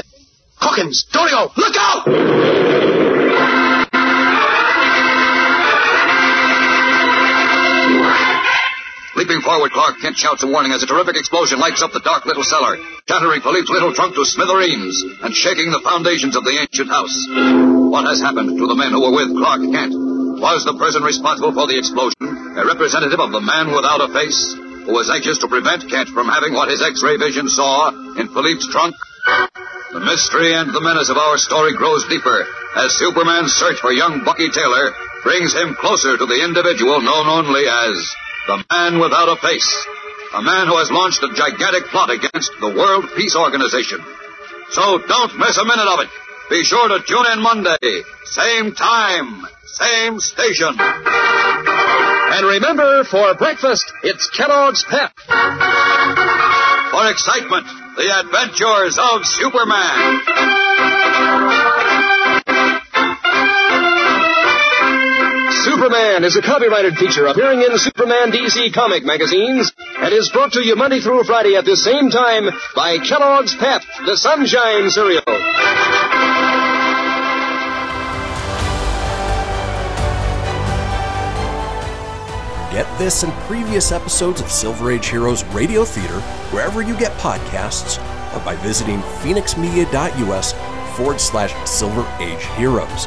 Calkins, Dorio, look out!
Leaping forward, Clark Kent shouts a warning as a terrific explosion lights up the dark little cellar, shattering Philippe's little trunk to smithereens and shaking the foundations of the ancient house. What has happened to the men who were with Clark Kent? Was the person responsible for the explosion a representative of the man without a face who was anxious to prevent Kent from having what his X-ray vision saw in Philippe's trunk? The mystery and the menace of our story grows deeper as Superman's search for young Bucky Taylor brings him closer to the individual known only as the man without a face. A man who has launched a gigantic plot against the World Peace Organization. So don't miss a minute of it. Be sure to tune in Monday. Same time, same station.
And remember, for breakfast, it's Kellogg's Pep.
For excitement, the adventures of Superman.
Superman is a copyrighted feature appearing in Superman DC comic magazines and is brought to you Monday through Friday at the same time by Kellogg's Pep, the Sunshine Cereal.
Get this and previous episodes of Silver Age Heroes Radio Theater wherever you get podcasts or by visiting phoenixmedia.us forward slash Silver Age Heroes.